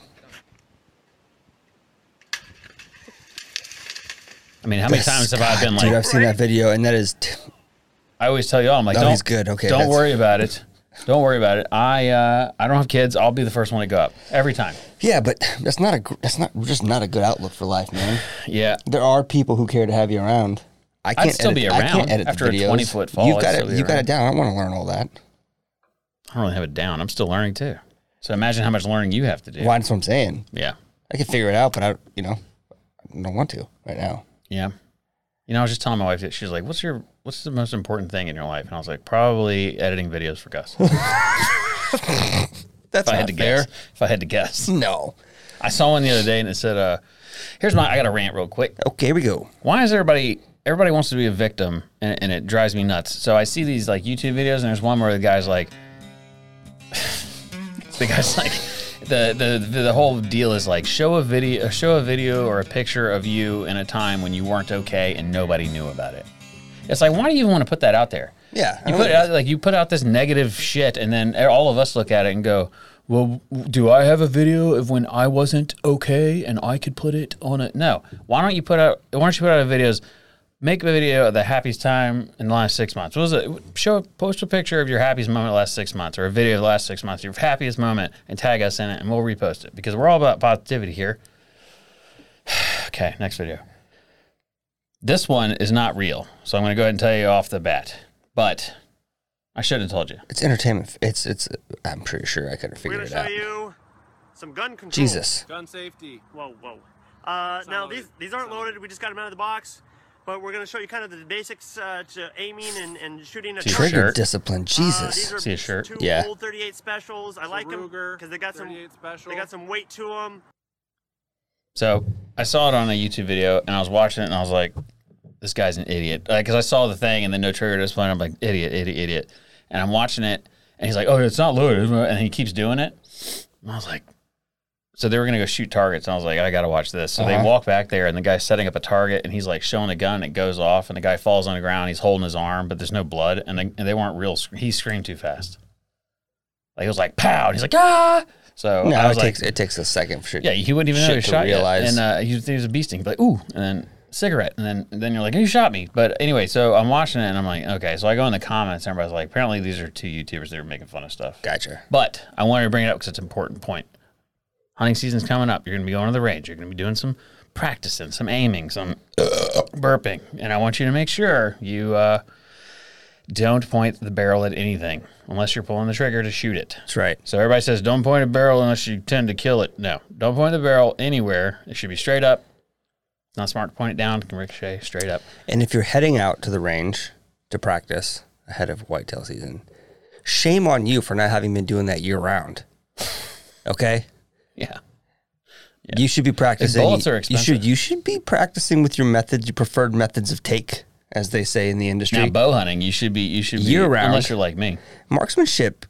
I mean, how many times have I been
Dude,
like,
I've seen that video, and that is t-
I always tell you all, I'm like,
No,
don't,
he's good. Okay,
don't
that's-
worry about it. Don't worry about it. I uh, I don't have kids. I'll be the first one to go up every time.
yeah, but that's not a gr- that's not just not a good outlook for life, man.
Yeah.
There are people who care to have you around. I can't
still
edit,
be
I can't
around
edit
after a
the videos.
20-foot fall,
You've
I'd
got
still
it.
be
You got
around.
it down. I want to learn all that.
I don't really have it down. I'm still learning too. So imagine how much learning you have to do.
Why? That's what I'm saying.
Yeah.
I can figure it out, but I, you know, I don't want to right now.
Yeah. You know, I was just telling my wife that she's like, "What's your what's the most important thing in your life?" And I was like, "Probably editing videos for Gus." if
That's
I
not
had to
fair.
guess, if I had to guess,
No.
I saw one the other day and it said, "Uh, here's my I got to rant real quick.
Okay, here we go.
Why is everybody everybody wants to be a victim and, and it drives me nuts?" So I see these like YouTube videos and there's one where the guy's like, the guy's like. The, the, the, the whole deal is like show a video show a video or a picture of you in a time when you weren't okay and nobody knew about it. It's like why do you even want to put that out there?
Yeah. I
You
don't
put it
know.
out, like you put out this negative shit, and then all of us look at it and go, "Well, do I have a video of when I wasn't okay and I could put it on it?" No. Why don't you put out? Why don't you put out videos? Make a video of the happiest time in the last six months. What was it? Show post a picture of your happiest moment of the last six months, or a video of the last six months, your happiest moment, and tag us in it, and we'll repost it because we're all about positivity here. okay, next video. This one is not real, so I'm going to go ahead and tell you off the bat. But I should have told you.
It's entertainment. It's it's. I'm pretty sure I could have figured it out.
you some gun control.
Jesus.
Gun safety.
Whoa, whoa. Uh, now
loaded.
these these aren't loaded. We just got them out of the box, but we're gonna show you kind of the basics uh, to aiming and, and shooting a
See,
target.
Trigger
Shirt.
discipline.
Uh, these
Jesus.
are
See a shirt?
Two
Yeah.
old 38 specials. I like them
Ruger,
because they got some
38 special.
they got some weight to them.
So I saw it on a YouTube video, and I was watching it, and I was like, "This guy's an idiot," because I saw the thing and then no trigger discipline. I'm like, "Idiot, idiot, idiot," and I'm watching it, and he's like, "Oh, it's not loaded," and he keeps doing it. And I was like, "So they were gonna go shoot targets," and I was like, "I gotta watch this." So
Uh-huh.
they walk back there, and the guy's setting up a target, and he's like showing a gun, and it goes off, and the guy falls on the ground. He's holding his arm, but there's no blood, and they, and they weren't real. sc- He screamed too fast. Like it was like pow, and he's like ah. So
No,
I
it
was like,
takes it takes a second. For sure.
yeah, he wouldn't even know
shit
he was
to
shot yet.
realize.
And uh, he, was, he was a bee sting. Like, ooh, and then cigarette. And then and then you're like, you shot me. But anyway, so I'm watching it and I'm like, okay. So I go in the comments and everybody's like, apparently these are two YouTubers that are making fun of stuff.
Gotcha.
But I wanted to bring it up because it's an important point. Hunting season's coming up. You're going to be going to the range. You're going to be doing some practicing, some aiming, some burping. And I want you to make sure you uh, don't point the barrel at anything unless you're pulling the trigger to shoot it.
That's right.
So everybody says, don't point a barrel unless you tend to kill it. No, don't point the barrel anywhere. It should be straight up. It's not smart to point it down. It can ricochet straight up.
And if you're heading out to the range to practice ahead of whitetail season, shame on you for not having been doing that year round. Okay?
Yeah.
You should be practicing.
bullets are
You should you should be practicing with your methods, your preferred methods of take, as they say in the industry.
Now bow hunting, you should be you should be
Year-round.
unless you're like me.
Marksmanship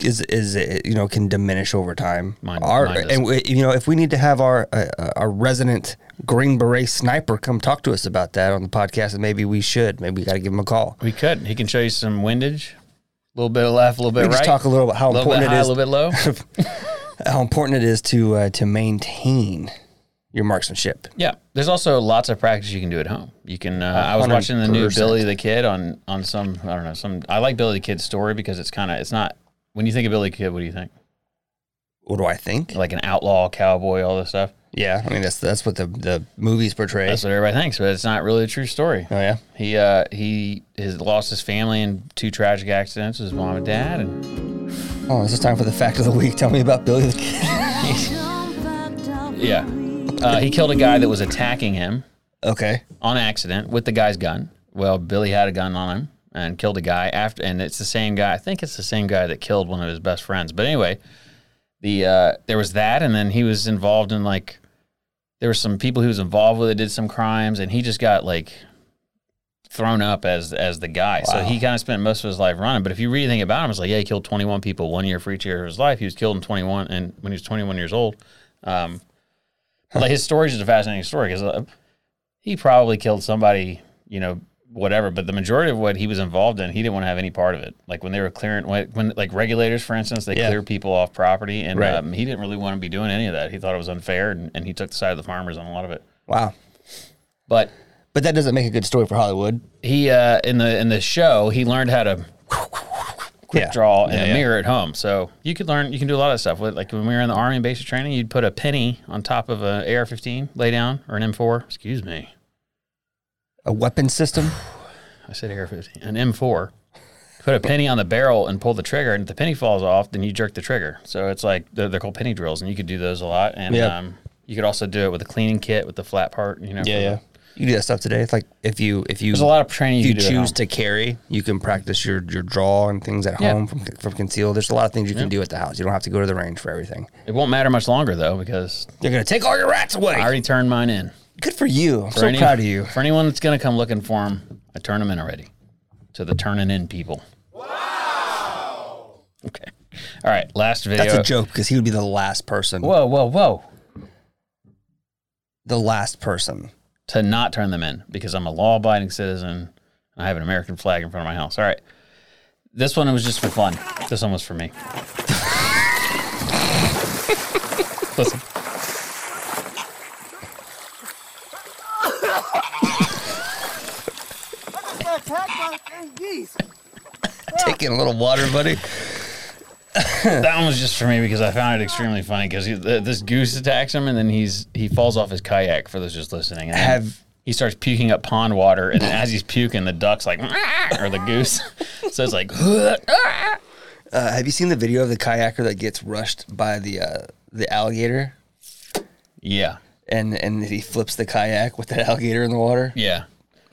is is uh, you know can diminish over time.
Mine-
our
mine doesn't.
and we, you know if we need to have our uh, uh, our resident green beret sniper come talk to us about that on the podcast, and maybe we should. Maybe we got to give him a call.
We could. He can show you some windage, a little bit of left, a little bit
We
right.
just talk a little about how
a little bit
important
high,
it
a
is.
little bit low.
how important it is to uh, to maintain your marksmanship.
Yeah, there's also lots of practice you can do at home. You can. Uh, I was watching the new
100%.
Billy the Kid on on some. I don't know. Some. I like Billy the Kid's story because it's kind of. It's not. When you think of Billy the Kid, what do you think?
What do I think?
Like an outlaw cowboy, all this stuff.
Yeah, I mean that's that's what the the movies portray.
That's what everybody thinks, but it's not really a true story.
oh yeah,
He uh he has lost his family in two tragic accidents, his mom and dad, and
Oh, this is time for the fact of the week. Tell me about Billy the Kid.
yeah, uh, he killed a guy that was attacking him
Okay.
on accident with the guy's gun. Well, Billy had a gun on him and killed a guy after, and it's the same guy. I think it's the same guy that killed one of his best friends. But anyway, the uh, there was that, and then he was involved in like there were some people he was involved with that did some crimes, and he just got like thrown up as as the guy. So he kind of spent most of his life running. But if you really think about him, it's like yeah, he killed 21 people one year for each year of his life. He was killed in 21, and when he was 21 years old, um, like his story is just a fascinating story because. Uh, he probably killed somebody, you know, whatever. But the majority of what he was involved in, he didn't want to have any part of it. Like when they were clearing, when, when like regulators, for instance, they
Yeah.
clear people off property, and
Right.
um, he didn't really want to be doing any of that. He thought it was unfair, and, and he took the side of the farmers on a lot of it.
Wow.
But
But that doesn't make a good story for Hollywood.
he uh, in the in the show, he learned how to quick
Yeah.
draw in
Yeah,
a
yeah.
mirror at home. So you could learn, you can do a lot of stuff. With like when we were in the army and basic training, you'd put a penny on top of an AR-15, lay down, or an M4. Excuse me,
A weapon system.
I said AR-15, an M4. put a penny on the barrel and pull the trigger, and if the penny falls off, then you jerk the trigger. So it's like they're, they're called penny drills, and you could do those a lot. And
Yeah.
um, you could also do it with a cleaning kit with the flat part. You know, for the-
You do that stuff today. It's like if you if you
There's a lot of training
if
you
you
can do at
choose
home.
to carry, you can practice your your draw and things at
Yeah.
home from from conceal. There's a lot of things you can do at the house. You don't have to go to the range for everything.
It won't matter much longer though because
They're gonna take all your rats away.
I already turned mine in.
Good for you. I'm
For
so
any-
proud of you.
For anyone that's gonna come looking for them, I turned them in already to the turning in people. Wow. Okay. All right. Last video.
That's a joke because he would be the last person.
Whoa, whoa, whoa.
The last person.
to not turn them in because I'm a law abiding citizen and I have an American flag in front of my house. All right. This one was just for fun. This one was for me. Listen. Ah.
Taking a little water, buddy.
That one was just for me because I found it extremely funny because this goose attacks him and then he's he falls off his kayak for those just listening. And then
Have-
he starts puking up pond water and then as he's puking, the duck's like "Meow," or the goose. so it's like
Uh, have you seen the video of the kayaker that gets rushed by the uh, the alligator
yeah,
and and he flips the kayak with that alligator in the water?
yeah.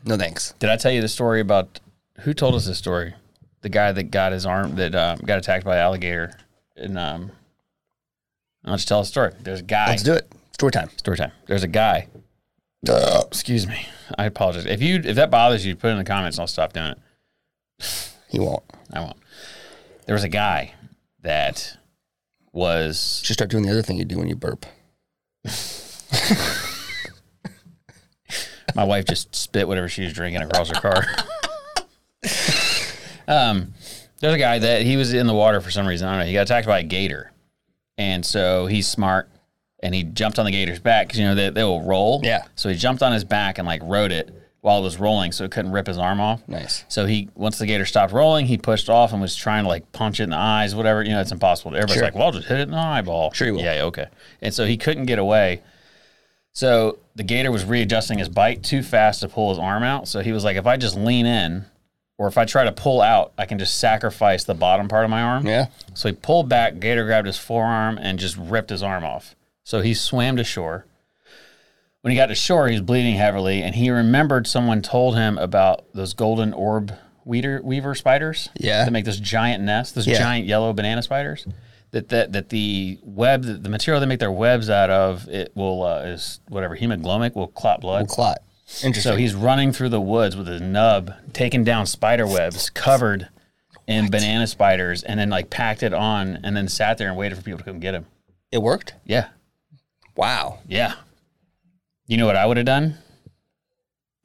No thanks.
Did I tell you the story about who told us this story? The guy that got his arm that um, got attacked by an alligator. And um, I'll just tell a story. There's a guy.
Let's do it. Story time.
Story time. There's a guy. Uh, Excuse me. I apologize. If you if that bothers you, put it in the comments. and I'll stop doing it.
He won't.
I won't. There was a guy that was.
Should start doing the other thing you do when you burp.
My wife just spit whatever she was drinking across her car. um, there's a guy that he was in the water for some reason. I don't know. He got attacked by a gator, and so he's smart, and he jumped on the gator's back 'cause, you know they they will roll.
Yeah.
So he jumped on his back and like rode it while it was rolling, so it couldn't rip his arm off.
Nice.
So he once the gator stopped rolling, he pushed off and was trying to like punch it in the eyes, whatever. You know, it's impossible. Everybody's
Sure.
like, "Well, I'll just hit it in the eyeball."
Sure you will.
Yeah, okay. And so he couldn't get away. So the gator was readjusting his bite too fast to pull his arm out. So he was like, "If I just lean in, or if I try to pull out, I can just sacrifice the bottom part of my arm."
Yeah.
So he pulled back, Gator grabbed his forearm and just ripped his arm off. So he swam to shore. When he got to shore, he was bleeding heavily, and he remembered someone told him about those golden orb weeder, weaver spiders.
Yeah.
That make this giant nest, those
Yeah.
giant yellow banana spiders. That, that, that the web, the, the material they make their webs out of, it will, uh, is whatever, hemoglomic will clot blood.
Well, clot. Interesting.
So he's running through the woods with his nub, taking down spider webs covered in banana spiders, and then like packed it on, and then sat there and waited for people to come get him.
it worked.
Yeah,
Wow.
yeah. You know what I would have done?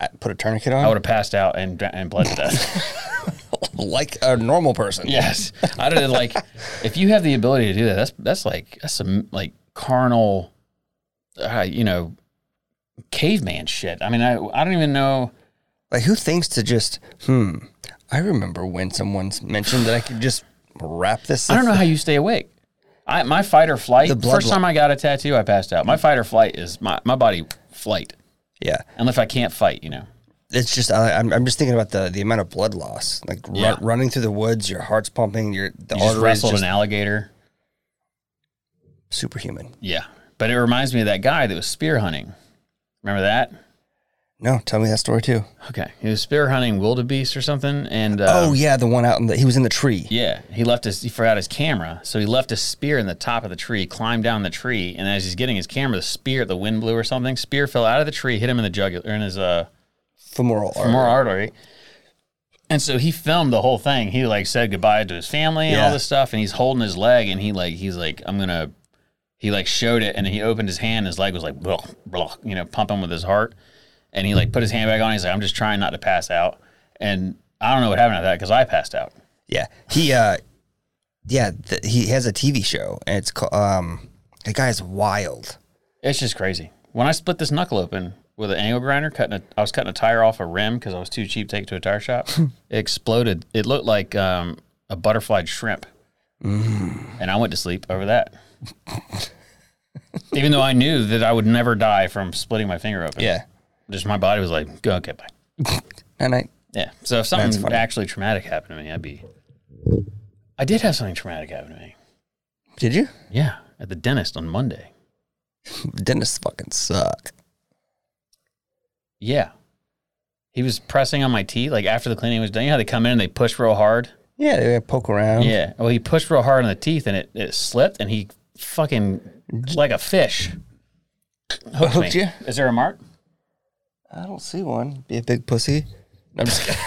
I put a tourniquet
I
on
would have passed out and dr- and bled to death.
like a normal person.
yes, I'd have like if you have the ability to do that, that's that's like that's some like carnal, uh, you know, caveman shit. I mean, I I don't even know.
Like who thinks to just hmm? I remember when someone mentioned that I could just wrap this.
I don't know how you stay awake. I my fight or flight.
The
The
blood
first time I got a tattoo, I passed out. My fight or flight is my my body flight.
Yeah.
Unless I can't fight, you know.
It's just I, I'm, I'm just thinking about the the amount of blood loss. Like ru-
Yeah.
running through the woods, your heart's pumping, your the
You just
arteries
wrestled
just
an alligator.
superhuman.
Yeah, but it reminds me of that guy that was spear hunting. Remember that?
No, tell me that story too.
Okay, he was spear hunting wildebeest or something, and uh,
oh yeah, the one out in the he was in the tree.
Yeah, he left his. He forgot his camera, so he left his spear in the top of the tree. Climbed down the tree, and as he's getting his camera, the spear, the wind blew or something. Spear fell out of the tree, hit him in the jugular, in his uh,
Femoral artery.
femoral artery. And so he filmed the whole thing. He like said goodbye to his family and all
Yeah.
this stuff, and he's holding his leg, and he like he's like I'm gonna. He like showed it, and he opened his hand. And his leg was like blah blah, you know, pumping with his heart, and he like put his hand back on. He's like, I'm just trying not to pass out, and I don't know what happened to that because I passed out.
Yeah, he uh, yeah, th- he has a TV show and it's called um, the guy's wild.
It's just crazy. When I split this knuckle open with an angle grinder, cutting a, I was cutting a tire off a rim because I was too cheap to take it to a tire shop. it exploded. It looked like um, a butterflied shrimp,
Mm.
and I went to sleep over that. Even though I knew that I would never die from splitting my finger open.
Yeah,
just my body was like, "Go, okay, bye.
and I
Yeah. So
That's
if something
funny.
actually traumatic happened to me, I'd be. I did have something traumatic happen to me.
Did you?
Yeah, at the dentist on Monday.
Dentists fucking suck.
Yeah. He was pressing on my teeth like after the cleaning was done. You know how they come in and they push real hard.
Yeah, they poke around.
Yeah. Well, he pushed real hard on the teeth and it, it slipped and he fucking like a fish. Hooked,
Hooked
me.
you?
Is there a mark?
I don't see one. Be a big pussy. No, I'm just kidding.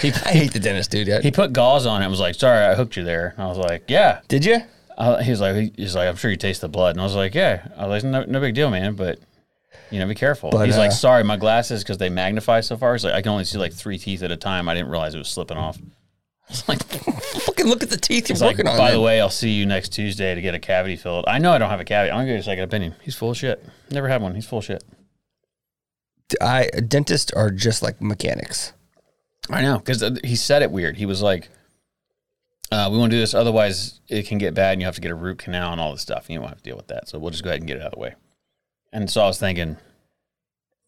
He,
I hate the dentist, dude. Yeah.
he put gauze on it and was like, "Sorry, I hooked you there." And I was like, "Yeah."
Did you?
I, he was like, he- "He's like, I'm sure you taste the blood." And I was like, "Yeah." I was like, "No, no big deal, man, but you know, be careful."
But,
he's
uh,
like, "Sorry, my glasses because they magnify so far. He's like, I can only see like three teeth at a time. I didn't realize it was slipping off." I was like,
Fucking look at the teeth you're
He's like,
working on.
by the
man.
way, I'll see you next Tuesday to get a cavity filled. I know I don't have a cavity. I'm gonna get a second opinion. He's full of shit. Never had one. He's full of shit.
I dentists are just like mechanics.
I know because uh, he said it weird. He was like, uh, "We want to do this, otherwise it can get bad, and you have to get a root canal and all this stuff, and you won't have to deal with that. So we'll just go ahead and get it out of the way." And so I was thinking,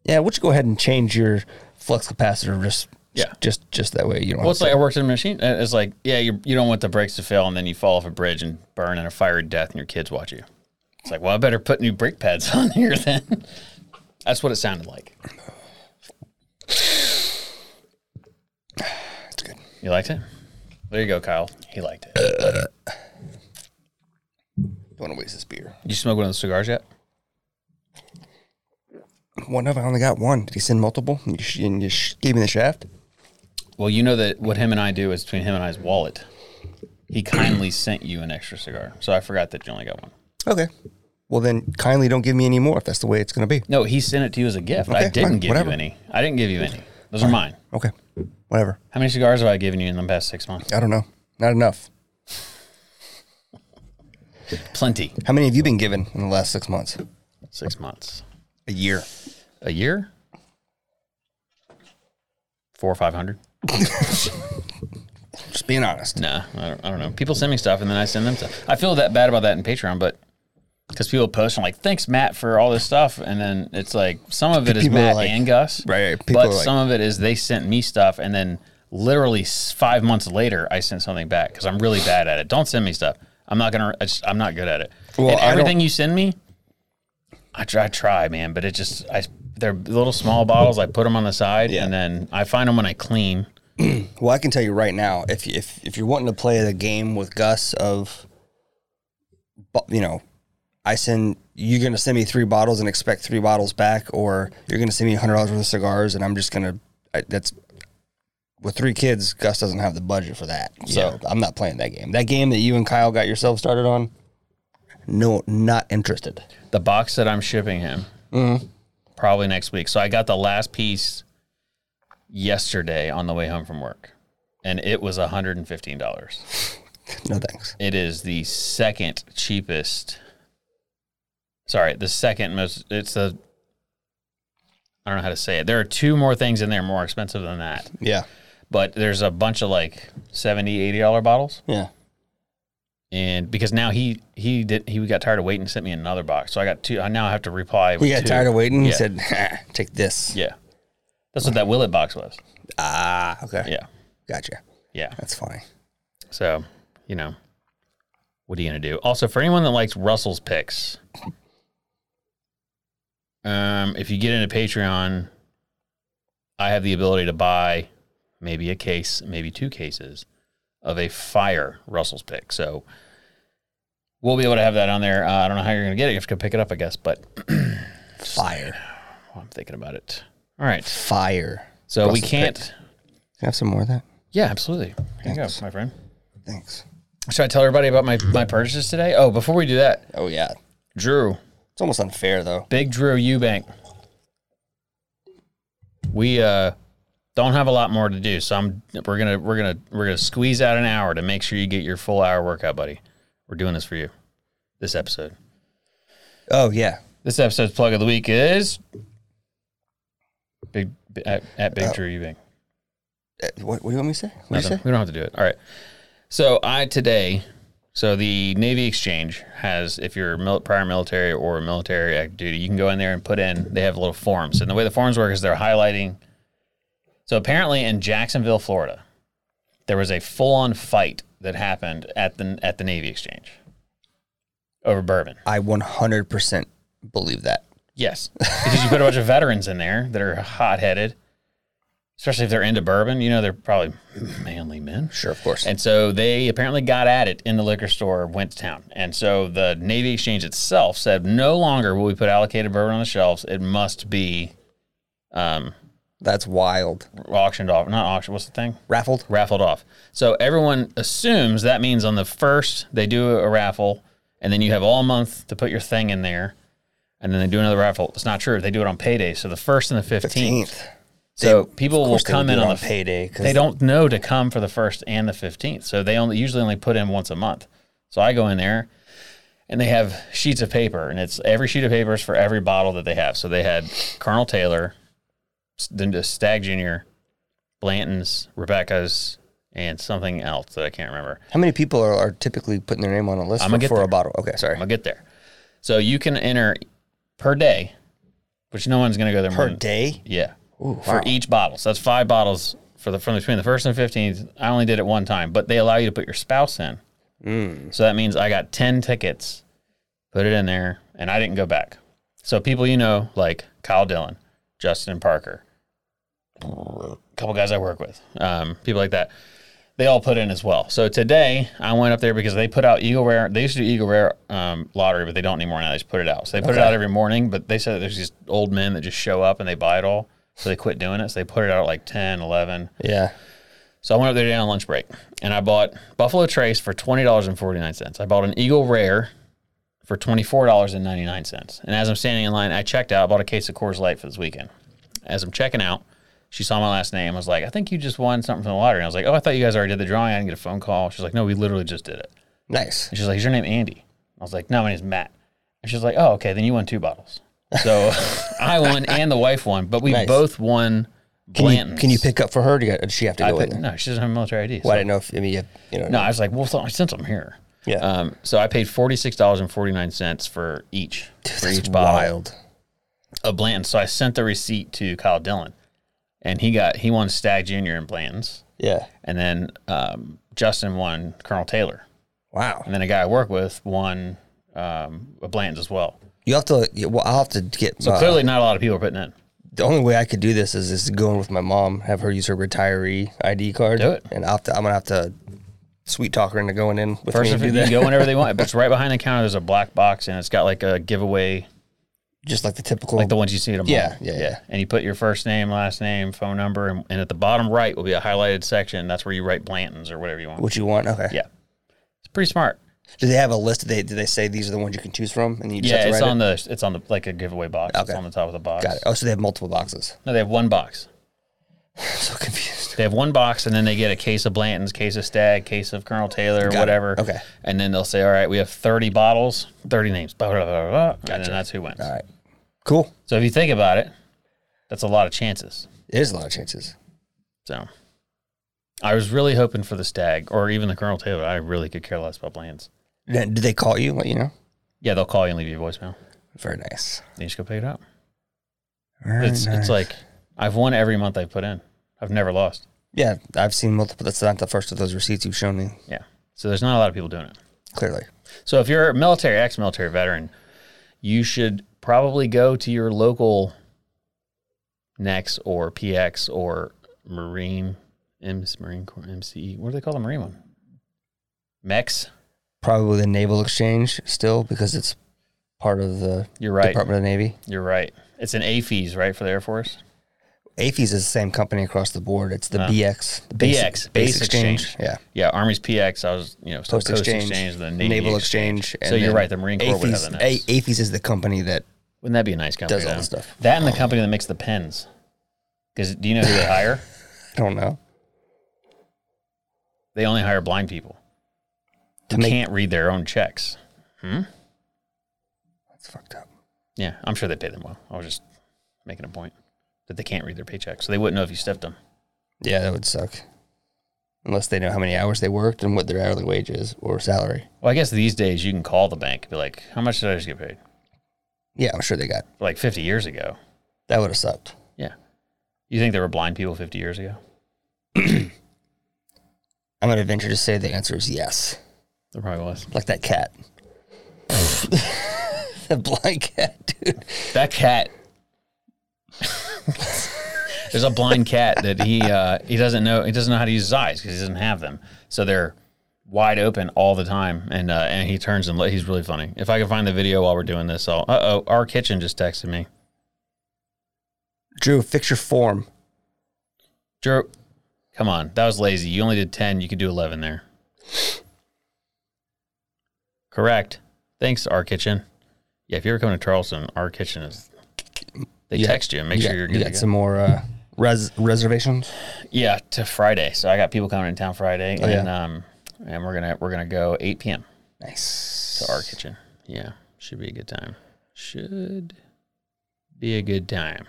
Yeah, would you go ahead and change your flux capacitor just
Yeah.
just just that way you don't
well,
have
it's
to-
like I worked in a machine. uh, It's like, yeah, you you don't want the brakes to fail, and then you fall off a bridge and burn in a fiery death, and your kids watch you. It's like, well, I better put new brake pads on here then. That's what it sounded like.
That's good.
You liked it? There you go, Kyle. He liked it.
Don't want to waste this beer.
You smoke one of the cigars yet?
One of I only got one. Did he send multiple? And you, sh- and you sh- gave me the shaft?
Well, you know that what him and I do is between him and I's wallet. He kindly sent you an extra cigar, so I forgot that you only got one.
Okay. Well then kindly don't give me any more if that's the way it's gonna be.
No, he sent it to you as a gift. I
Okay,
didn't
fine,
give
whatever.
you any. I didn't give you any. Those are mine.
Okay. Whatever.
How many cigars have I given you in the past six months?
I don't know. Not enough.
Plenty.
How many have you been given in the last six months?
Six months.
A year.
A year? Four or five hundred?
Just being honest.
Nah, I don't, I don't know. People send me stuff and then I send them stuff. I feel that bad about that in Patreon, but because people post and like, thanks Matt for all this stuff, and then it's like some of it is
People are
Matt
like-
and Gus,
Right, right. People
But
are like-
some of it is they sent me stuff, and then literally s- five months later, I sent something back because I'm really bad at it. Don't send me stuff. I'm not gonna. I just, I'm not good at it.
Well,
and
I don't-
everything you send me, I try, I try, man, but it just I they're little small bottles. I put them on the side,
Yeah.
and then I find them when I clean.
Well, I can tell you right now, if if if you're wanting to play the game with Gus of, bo- you know, I send you're gonna send me three bottles and expect three bottles back, or you're gonna send me hundred dollars worth of cigars and I'm just gonna I, that's with three kids, Gus doesn't have the budget for that, so I'm not playing that game. That game that you and Kyle got yourself started on, no, not interested.
the box that I'm shipping him
Mm-hmm.
probably next week. So I got the last piece yesterday on the way home from work, and it was $115.
No thanks.
It is the second cheapest. Sorry, the second most. It's the. I don't know how to say it. There are two more things in there more expensive than that,
Yeah,
but there's a bunch of like 70 80 dollar bottles
yeah.
and because now he he did he got tired of waiting and sent me another box so i got two i now have to reply
We got
two.
tired of waiting. He
Yeah.
said, "Take this."
Yeah. That's what that Willet box was.
Ah, okay.
Yeah.
Gotcha.
Yeah.
That's funny.
So, you know, what are you going to do? Also, for anyone that likes Russell's picks, um, if you get into Patreon, I have the ability to buy maybe a case, maybe two cases of a fire Russell's pick. So we'll be able to have that on there. Uh, I don't know how you're going to get it. You have to go pick it up, I guess, but oh,
Fire.
I'm thinking about it. All right.
Fire.
So we
Russell's
can't.
Picks. Can I have some more of that?
Yeah, absolutely. Here you go, my friend.
Thanks.
Should I tell everybody about my, my purchases today? Oh, before we do that,
Oh yeah.
Drew,
It's almost unfair though.
Big Drew Eubank. We uh don't have a lot more to do, so I'm we're gonna we're gonna we're gonna squeeze out an hour to make sure you get your full hour workout, buddy. We're doing this for you. This episode.
Oh yeah.
This episode's plug of the week is Big at, at Big Drew Eubank.
Uh, What, what do you want me to say? What do you
Nothing.
say?
We don't have to do it. All right. So I today, so the Navy Exchange has, if you're mil- prior military or military active duty, you can go in there and put in. They have little forms, and the way the forms work is they're highlighting. So apparently in Jacksonville, Florida, there was a full-on fight that happened at the at the Navy Exchange over bourbon.
I 100% believe that.
Yes, because you put a bunch of veterans in there that are hot-headed, especially if they're into bourbon. You know, they're probably manly men.
Sure, of course.
And so they apparently got at it in the liquor store, went to town. And so the Navy Exchange itself said, no longer will we put allocated bourbon on the shelves. It must be um,
That's wild.
auctioned off. Not auctioned. What's the thing?
Raffled?
Raffled off. So everyone assumes that means on the first they do a raffle, and then you have all month to put your thing in there, and then they do another raffle. It's not true. They do it on payday. So the first and the fifteenth.
15th.
So
They-
people
of
will
course they
come
would
in
do it
on,
on
the f-
payday 'cause-
They don't know to come for the first and the fifteenth. So they only usually only put in once a month. So I go in there, and they have sheets of paper, and it's every sheet of paper is for every bottle that they have. So they had Colonel Taylor, S- then to Stag Junior, Blanton's, Rebecca's, and something else that I can't remember.
How many people are, are typically putting their name on a list
I'm
for,
gonna get
for
there.
a bottle? Okay, sorry.
I'm gonna get there. So you can enter per day, which no one's gonna go there more
Per
than-
day?
Yeah.
wow.
for each bottle. So that's five bottles for the from between the first and fifteenth. I only did it one time, but they allow you to put your spouse in.
Hmm.
So that means I got ten tickets, put it in there, and I didn't go back. So people you know, like Kyle Dillon, Justin Parker, a couple guys I work with, um, people like that. They all put in as well. So today I went up there because they put out Eagle Rare. They used to do Eagle Rare um, lottery, but they don't anymore now. They just put it out. So they put it out every morning, but they said that there's these old men that just show up and they buy it all. So they quit doing it. So they put it out at like 10, 11.
Yeah.
So I went up there today on lunch break and I bought Buffalo Trace for $20.49. I bought an Eagle Rare for $24.99. And as I'm standing in line, I checked out, I bought a case of Coors Light for this weekend. As I'm checking out, she saw my last name, was like, I think you just won something from the lottery. And I was like, Oh, I thought you guys already did the drawing. I didn't get a phone call. She's like, No, we literally just did it.
Nice.
And she's like, Is your name Andy? I was like, No, my name's Matt. And she's like, Oh, okay, then you won two bottles. So I won and the wife won, but we
Nice.
both won
Can you,
Blanton's.
can you pick up for her? Or do you- does she have to
I
go
picked-
with it?
no, she doesn't have a military ID.
Well, I
so-
didn't know if, I mean, you, you know.
no, I was like, well, th- since I'm here.
Yeah.
Um, so I paid forty six dollars and forty nine cents for each for
that's
each bottle
wild.
of Blanton. So I sent the receipt to Kyle Dillon, and he got he won Stag Junior in Blanton's,
Yeah.
and then um, Justin won Colonel Taylor,
Wow.
and then a guy I work with won um, a Blanton's as well.
You have to, you- well, I'll have to get,
So
uh,
clearly, not a lot of people are putting in.
the only way I could do this is, is going with my mom, have her use her retiree ID card.
Do it.
And I'll have to, I'm going to have to sweet talk her into going in with
First,
me
if
and do
you
that.
can go whenever they want, but it's right behind the counter. There's a black box, and it's got like a giveaway
Just like the typical.
like the ones you see at a mall.
Yeah, yeah, yeah.
And you put your first name, last name, phone number, and, and at the bottom right will be a highlighted section. That's where you write Blanton's or whatever you want.
what you want. Okay.
yeah, it's pretty smart.
Do they have a list? Do they, do they say these are the ones you can choose from? And you just
yeah,
have to
it's
write
on
it?
the it's on the like a giveaway box. It's
Okay.
on the top of the box.
Got it. Oh, so they have multiple boxes.
No, they have one box.
I'm so confused.
They have one box, and then they get a case of Blanton's, case of Stag, case of Colonel Taylor,
Got it.
whatever.
Okay.
And then they'll say, "All right, we have thirty bottles, thirty names." Blah, blah, blah, blah, blah, And then that's who wins.
All right. Cool.
So if you think about it, that's a lot of chances.
There's a lot of chances.
So I was really hoping for the stag or even the Colonel Taylor. I really could care less about Bland's.
Now, Do they call you? Let you know?
Yeah, they'll call you and leave you a voicemail.
Very nice.
Then you just go pick it up.
Very
It's
nice.
it's like I've won every month I've put in. I've never lost.
Yeah, I've seen multiple. That's not the first of those receipts you've shown me.
Yeah. So there's not a lot of people doing it.
Clearly,
So if you're a military, ex-military veteran, you should probably go to your local NEX or PX or Marine MS Marine Corps MCE. What do they call the Marine one? E MEX.
probably the Naval Exchange still because it's part of the
You're right.
Department of the Navy.
You're right. It's an AFES, right, for the Air Force?
AFES is the same company across the board. It's the
Ah.
BX, the
BX, base exchange.
Yeah,
Yeah, Army's PX. I was, you know, so
Post,
Coast
exchange,
Exchange, the Navy
Naval Exchange.
so you're
then
right. The Marine Corps would have
AFES
the
A-
next.
AFES is the company that
Wouldn't that be a nice company?
does all
though?
the stuff.
That and the company that makes the pens. Because do you know who they hire?
I don't know
They only hire blind people
to
who can't read their own checks.
That's fucked up.
Yeah, I'm sure they pay them well. I was just making a point that they can't read their paychecks, so they wouldn't know if you stepped them.
Yeah, that would suck. Unless they know how many hours they worked and what their hourly wage is or salary.
Well, I guess these days you can call the bank and be like, "How much did I just get paid?"
Yeah, I'm sure they got.
Like 50 years ago.
That would have sucked.
Yeah. You think there were blind people 50 years ago?
I'm going to venture to say the answer is yes.
There probably was.
Like that cat. the blind cat, dude.
That cat. There's a blind cat that he uh, he doesn't know he doesn't know how to use his eyes because he doesn't have them, so they're wide open all the time. And uh, and he turns and he's really funny. If I can find the video while we're doing this, I'll. Uh oh, our kitchen just texted me.
Drew, fix your form.
Drew, come on, that was lazy. You only did ten. You could do eleven there. Correct. Thanks, our kitchen. Yeah, if you're coming to Charleston, our kitchen is. They
You got-
text you and make
you
sure
got-
you're good.
You
to
got
go.
some more uh, res- reservations?
Yeah, to Friday. So I got people coming in town Friday,
Oh, yeah.
and um, and we're gonna we're gonna go 8 p.m.
Nice.
to our kitchen. Yeah, should be a good time. Should be a good time.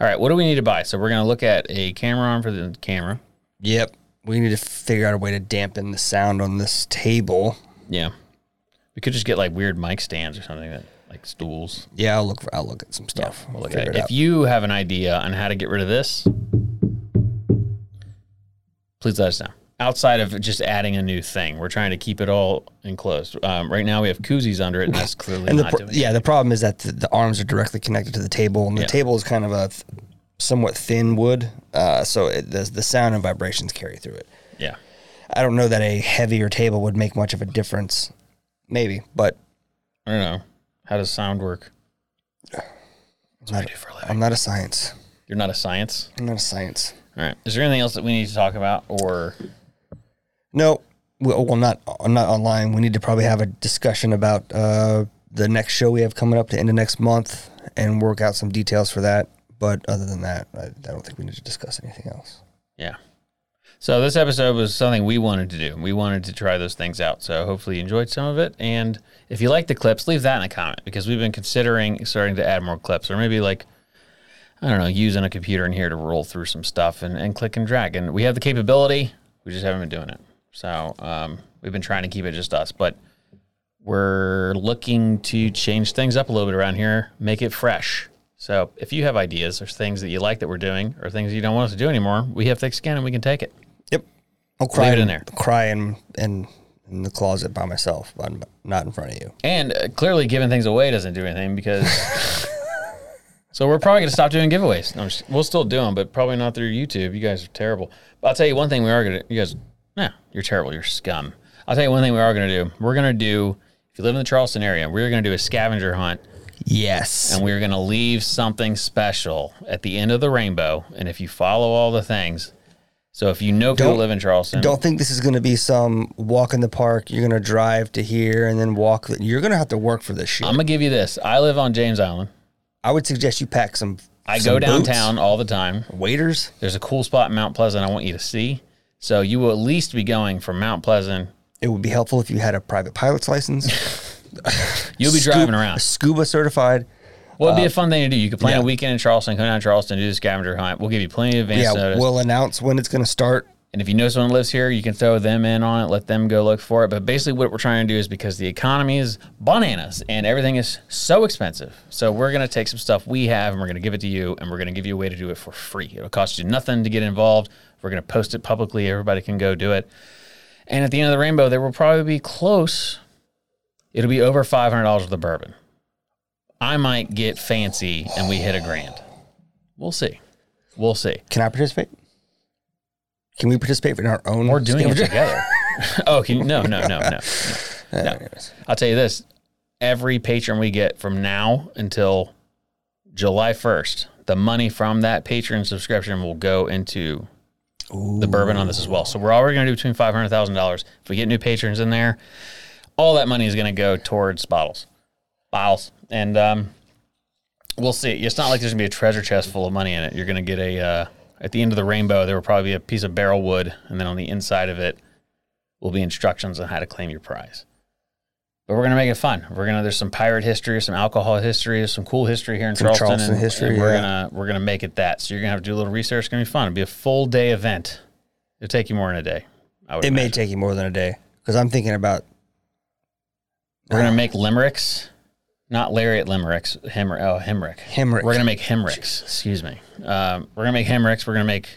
All right, what do we need to buy? So we're gonna look at a camera arm for the camera.
Yep. We need to figure out a way to dampen the sound on this table.
Yeah, we could just get like weird mic stands or something that like stools.
Yeah, I'll look. For, I'll look at some stuff. we'll look
Okay, if you have an idea on how to get rid of this, please let us know. Outside of just adding a new thing, we're trying to keep it all enclosed. Um, right now, we have koozies under it, and that's clearly
and the
not
pro-
doing it.
yeah, the problem is that the, the arms are directly connected to the table, and the
Yeah.
table is kind of a th- somewhat thin wood, uh, so it, the the sound and vibrations carry through it.
Yeah,
I don't know that a heavier table would make much of a difference. Maybe, but
I don't know. How does sound work?
I'm not, I'm not a science.
You're not a science.
I'm not a science.
All right. Is there anything else that we need to talk about, or
No, oh, well, well, not uh, not online. We need to probably have a discussion about uh, the next show we have coming up to end of next month and work out some details for that. But other than that, I, I don't think we need to discuss anything else.
yeah? So this episode was something we wanted to do. We wanted to try those things out. So hopefully you enjoyed some of it. And if you like the clips, leave that in a comment because we've been considering starting to add more clips, or maybe like I don't know, using a computer in here to roll through some stuff and, and click and drag. And we have the capability. We just haven't been doing it. So um, we've been trying to keep it just us, but we're looking to change things up a little bit around here, make it fresh. So if you have ideas or things that you like that we're doing or things you don't want us to do anymore, we have thick skin and we can take it.
Yep. I'll cry
Leave it
in,
in there.
Cry in, in, in the closet by myself, but I'm not in front of you.
And uh, clearly, giving things away doesn't do anything because. so we're probably going to stop doing giveaways. No, I'm just- we'll still do them, but probably not through YouTube. You guys are terrible. But I'll tell you one thing: we are going to. You guys, nah, you're terrible. You're scum. I'll tell you one thing: we are going to do. We're going to do. If you live in the Charleston area, we're going to do a scavenger hunt,
Yes.
and we're going to leave something special at the end of the rainbow. And if you follow all the things, so if you know people
Don't-
live in Charleston,
Don't think this is going to be some walk in the park. You're going to drive to here and then walk. You're going to have to work for this shit.
I'm going to give you this. I live on James Island.
I would suggest you pack some.
I
some
go
boots,
downtown all the time.
Waiters.
There's a cool spot in Mount Pleasant I want you to see. So you will at least be going from Mount Pleasant.
It would be helpful if you had a private pilot's license.
You'll be
Scu-
driving around.
Scuba certified.
Well, it'd be a fun thing to do. You could plan
Uh, yeah.
a weekend in Charleston, come down to Charleston, do the scavenger hunt. We'll give you plenty of advance
yeah,
notice.
we'll announce when it's going to start.
and if you know someone lives here, you can throw them in on it, let them go look for it. But basically, what we're trying to do is because the economy is bananas and everything is so expensive. So we're going to take some stuff we have and we're going to give it to you and we're going to give you a way to do it for free. It'll cost you nothing to get involved. We're going to post it publicly. Everybody can go do it. And at the end of the rainbow, there will probably be close. It'll be over five hundred dollars worth of bourbon. I might get fancy and we hit a grand. We'll see. We'll see.
Can I participate? Can we participate in our own?
We're doing it
scavenger-
together. oh, can you, no, no, no, no, no, no. I'll tell you this: every patron we get from now until July first, the money from that patron subscription will go into the bourbon on this as well. So we're already going to do between five hundred thousand dollars. If we get new patrons in there, all that money is going to go towards bottles, bottles, and um, we'll see. It's not like there's going to be a treasure chest full of money in it. You're going to get a uh, at the end of the rainbow. There will probably be a piece of barrel wood, and then on the inside of it will be instructions on how to claim your prize. But we're gonna make it fun. We're gonna there's some pirate history, some alcohol history, some cool history here in
Some
Charleston,
Charleston
and,
history,
and we're
yeah.
gonna we're gonna make it that. So you're gonna have to do a little research. It's gonna be fun. It'll be a full day event. It'll take you more than a day. I would
It may
imagine.
take you more than a day because I'm thinking about.
We're gonna make limericks. Not lariat limericks. Hemorr- oh, hemorrhic.
Hemorrhic.
We're gonna make hemorrhics. Excuse me. Um, we're gonna make hemorrhics. We're gonna make.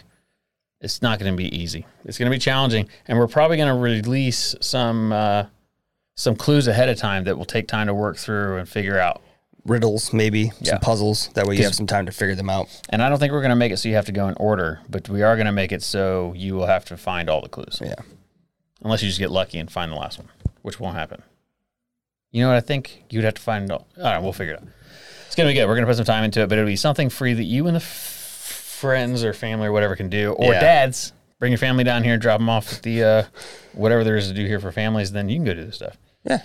It's not gonna be easy. It's gonna be challenging, and we're probably gonna release some uh, some clues ahead of time that will take time to work through and figure out.
Riddles, maybe
Yeah.
some puzzles. That way you have some time to figure them out.
And I don't think we're gonna make it so you have to go in order, but we are gonna make it so you will have to find all the clues.
Yeah.
unless you just get lucky and find the last one, which won't happen. You know what I think? You'd have to find. All all right, we'll figure it out. It's gonna be good. We're gonna put some time into it, but it'll be something free that you and the f- friends or family or whatever can do, or
Yeah.
dads. Bring your family down here, drop them off at the uh, whatever there is to do here for families. Then you can go do this stuff.
Yeah.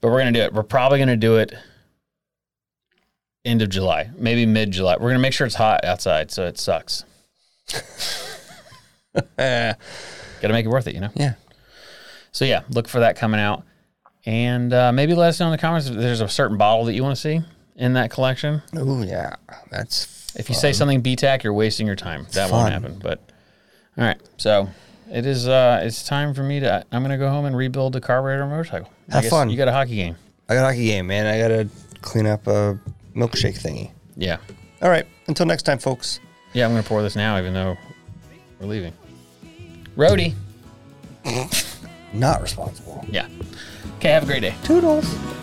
But we're gonna do it. We're probably gonna do it end of July, maybe mid July. We're gonna make sure it's hot outside, so it sucks. Gotta make it worth it, you know.
Yeah.
So yeah, look for that coming out, and uh, maybe let us know in the comments if there's a certain bottle that you want to see in that collection.
Oh yeah. That's
If you say something BTAC, you're wasting your time. That
Fun.
won't happen. But all right, so it is. Uh, it's time for me to. I'm gonna go home and rebuild the carburetor on my motorcycle. I
Have
guess
fun.
You got a hockey game.
I got a hockey game, man. I gotta clean up a milkshake thingy.
Yeah,
All right. Until next time, folks.
yeah. I'm gonna pour this now, even though we're leaving. Roadie.
Not responsible.
Yeah. Okay. Have a great day.
Toodles.